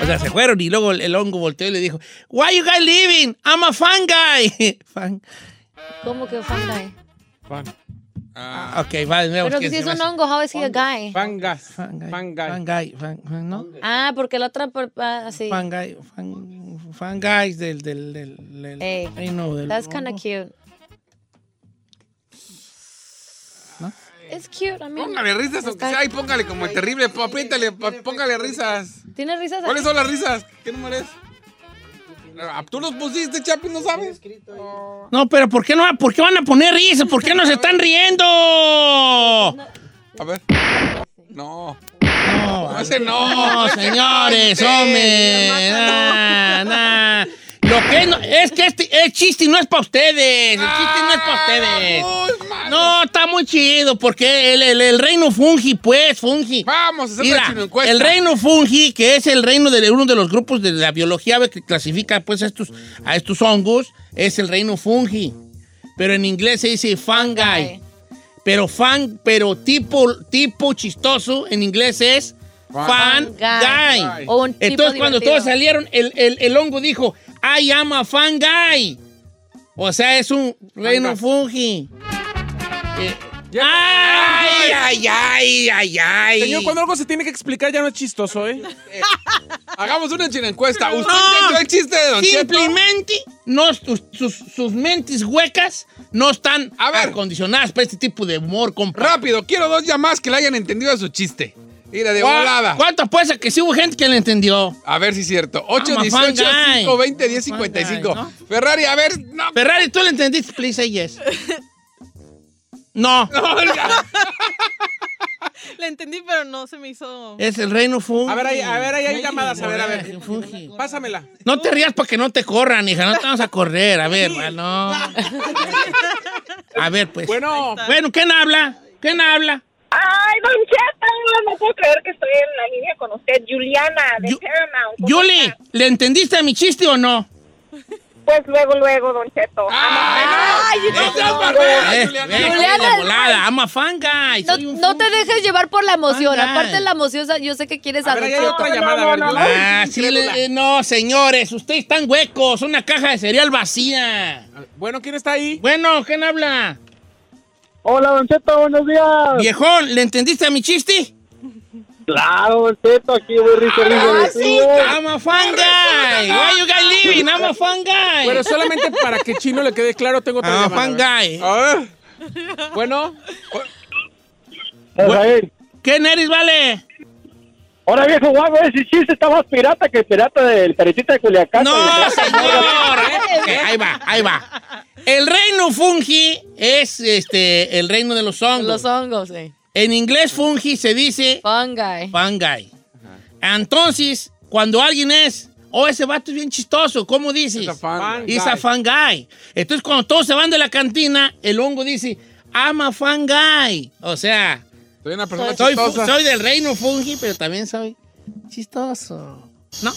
S1: O sea, se fueron y luego el, el hongo volteó y le dijo, Why you guys leaving? I'm a fan guy. fan.
S9: ¿Cómo que fanga? eh?
S1: Ah, ok, va de nuevo.
S9: Pero
S1: que
S9: si
S1: se
S9: es
S1: me
S9: un
S1: hace-
S9: hongo, how is he a guy?
S3: Fangas.
S1: Fan guy.
S3: Fangas.
S1: Fan guy. Fan, fan- ¿no?
S9: Ah, porque la otra, por- ah, así.
S1: Fan guy. Fan, fan guys del... del, del, del-
S9: Ey,
S1: ay, no, del
S9: That's
S1: hongo.
S9: kind of cute.
S1: ¿No?
S9: It's cute, I mean.
S4: Póngale risas, aunque sea, y póngale como el terrible, po- apriétale, po- póngale risas.
S9: ¿Tiene risas?
S4: ¿Cuáles son las risas? ¿Qué número es? Ah, Tú los pusiste, Chapi, ¿no sabes?
S1: No, pero ¿por qué, no, ¿por qué van a poner risa? ¿Por qué no se están riendo?
S4: A ver. No.
S1: No,
S4: No, ese
S1: No,
S4: no.
S1: señores, hombre. nah, nah. Lo que no- es que este el chiste no es para ustedes. El chiste no es para ustedes.
S4: Muy mal.
S1: No, está muy chido, porque el, el- el reino fungi, pues,
S4: Ah,
S1: fungi.
S4: Vamos a hacer
S1: Mira,
S4: una chino encuesta.
S1: el reino fungi, que es el reino de uno de los grupos de la biología que clasifica pues, a, estos, a estos hongos, es el reino fungi. Pero en inglés se dice fungi. Pero fan, pero tipo, tipo chistoso en inglés es fan guy.
S9: O un tipo
S1: Entonces cuando
S9: divertido.
S1: todos salieron, el, el- el hongo dijo, I am a fan guy. O sea, es un reino fungi. Eh, ay, ay, ay, ay, ay.
S3: Señor, cuando algo se tiene que explicar ya no es chistoso, ¿eh?
S4: Hagamos una chino encuesta. ¿Usted
S1: No.
S4: entendió el chiste de Don Cheto?
S1: Simplemente no, sus, sus, sus mentes huecas no están
S4: A ver.
S1: acondicionadas para este tipo de humor, compa.
S4: Rápido, quiero dos llamadas que le hayan entendido a su chiste. Mira, de
S1: ¿Cuá-
S4: volada.
S1: ¿Cuántas pues que sí hubo gente que le entendió?
S4: A ver si es cierto.
S1: fan
S4: 818
S1: guy.
S4: 520
S1: I'm a fan guy,
S4: 1055
S1: ¿no?
S4: Ferrari, a ver. No.
S1: Ferrari, ¿tú le entendiste? Please say yes. No.
S4: no, oiga.
S5: La entendí, pero no se me hizo.
S1: Es el reino fungi.
S3: A ver, ahí- a ver, ahí hay llamadas, a ver, a ver.
S1: Reino fungi.
S3: Pásamela.
S1: No te rías para que no te corran, hija. No te vamos a correr. A ver, no. A ver, pues. Bueno,
S3: Bueno,
S1: ¿quién habla? ¿Quién habla?
S11: Ay, Don Cheto, no puedo creer que estoy en la línea con usted. Juliana, de
S1: Yu-
S11: Paramount. ¿Cómo
S1: Yuli,
S11: está?
S1: ¿le entendiste a mi chiste o no?
S11: Pues luego, luego, Don Cheto.
S3: ¡Ay, no! ¡No seas barbera,
S1: Eh,
S3: Juliana!
S1: eh,
S2: Juliana,
S1: de volada. I'm a fan guy.
S2: No,
S1: Soy un
S2: no
S1: fan.
S2: te dejes llevar por la emoción.
S1: Anda.
S2: Aparte de la emoción, yo sé que quieres
S3: A ver, ahí hay
S2: adoptar.
S3: otra llamada. A ver,
S11: no, no,
S3: Yolanda.
S1: Ah, sí, le- eh, no, señores, ustedes están huecos, una caja de cereal vacía.
S3: Bueno, ¿quién está ahí?
S1: Bueno, ¿quién habla?
S6: Hola, Don Cheto, buenos días.
S1: Viejón, ¿le entendiste a mi chiste?
S6: Claro, Don Cheto, aquí voy rico, rico.
S1: Ah,
S6: de
S1: sí,
S6: tío.
S1: I'm a fan guy. Why you guys living? I'm a fan guy.
S3: Bueno, solamente para que Chino le quede claro, tengo otra
S1: Ah,
S3: llamada.
S1: fan
S3: a ver.
S1: guy.
S3: A ver. Bueno,
S6: Rafael.
S1: ¿Quién eres, vale?
S6: Pues, Ahora, viejo guapo, ese chiste está más pirata que el pirata del Peretita de Culiacán.
S1: No, señor. Ok, ahí va, ahí va. El reino fungi es este el reino de los hongos.
S2: Los hongos,
S9: eh.
S2: sí.
S1: En inglés fungi se dice
S2: Fungi.
S1: fungi. Entonces, cuando alguien es, oh, ese vato es bien chistoso, ¿cómo dices?
S4: It's a fan
S3: guy.
S1: It's a fan guy. Entonces, cuando todos se van de la cantina, el hongo dice, I'm a fan guy. O sea,
S4: Soy una persona
S1: soy, fu-
S4: chistosa.
S1: soy del reino fungi, pero también soy chistoso. ¿No?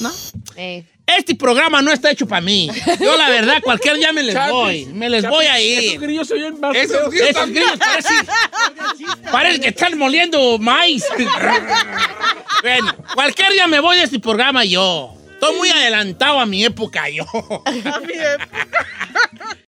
S1: ¿No?
S2: Eh.
S1: Este programa no está hecho para mí. Yo, la verdad, cualquier día me les
S3: Chapis,
S1: voy. Me les
S3: Chapis,
S1: voy a
S3: esos
S1: ir.
S3: grillos se oyen más
S4: Esos
S3: feos.
S4: grillos-
S1: Esos grillos parecen, parecen que están moliendo maíz. bueno, cualquier día me voy de este programa yo. Estoy muy adelantado a mi época yo.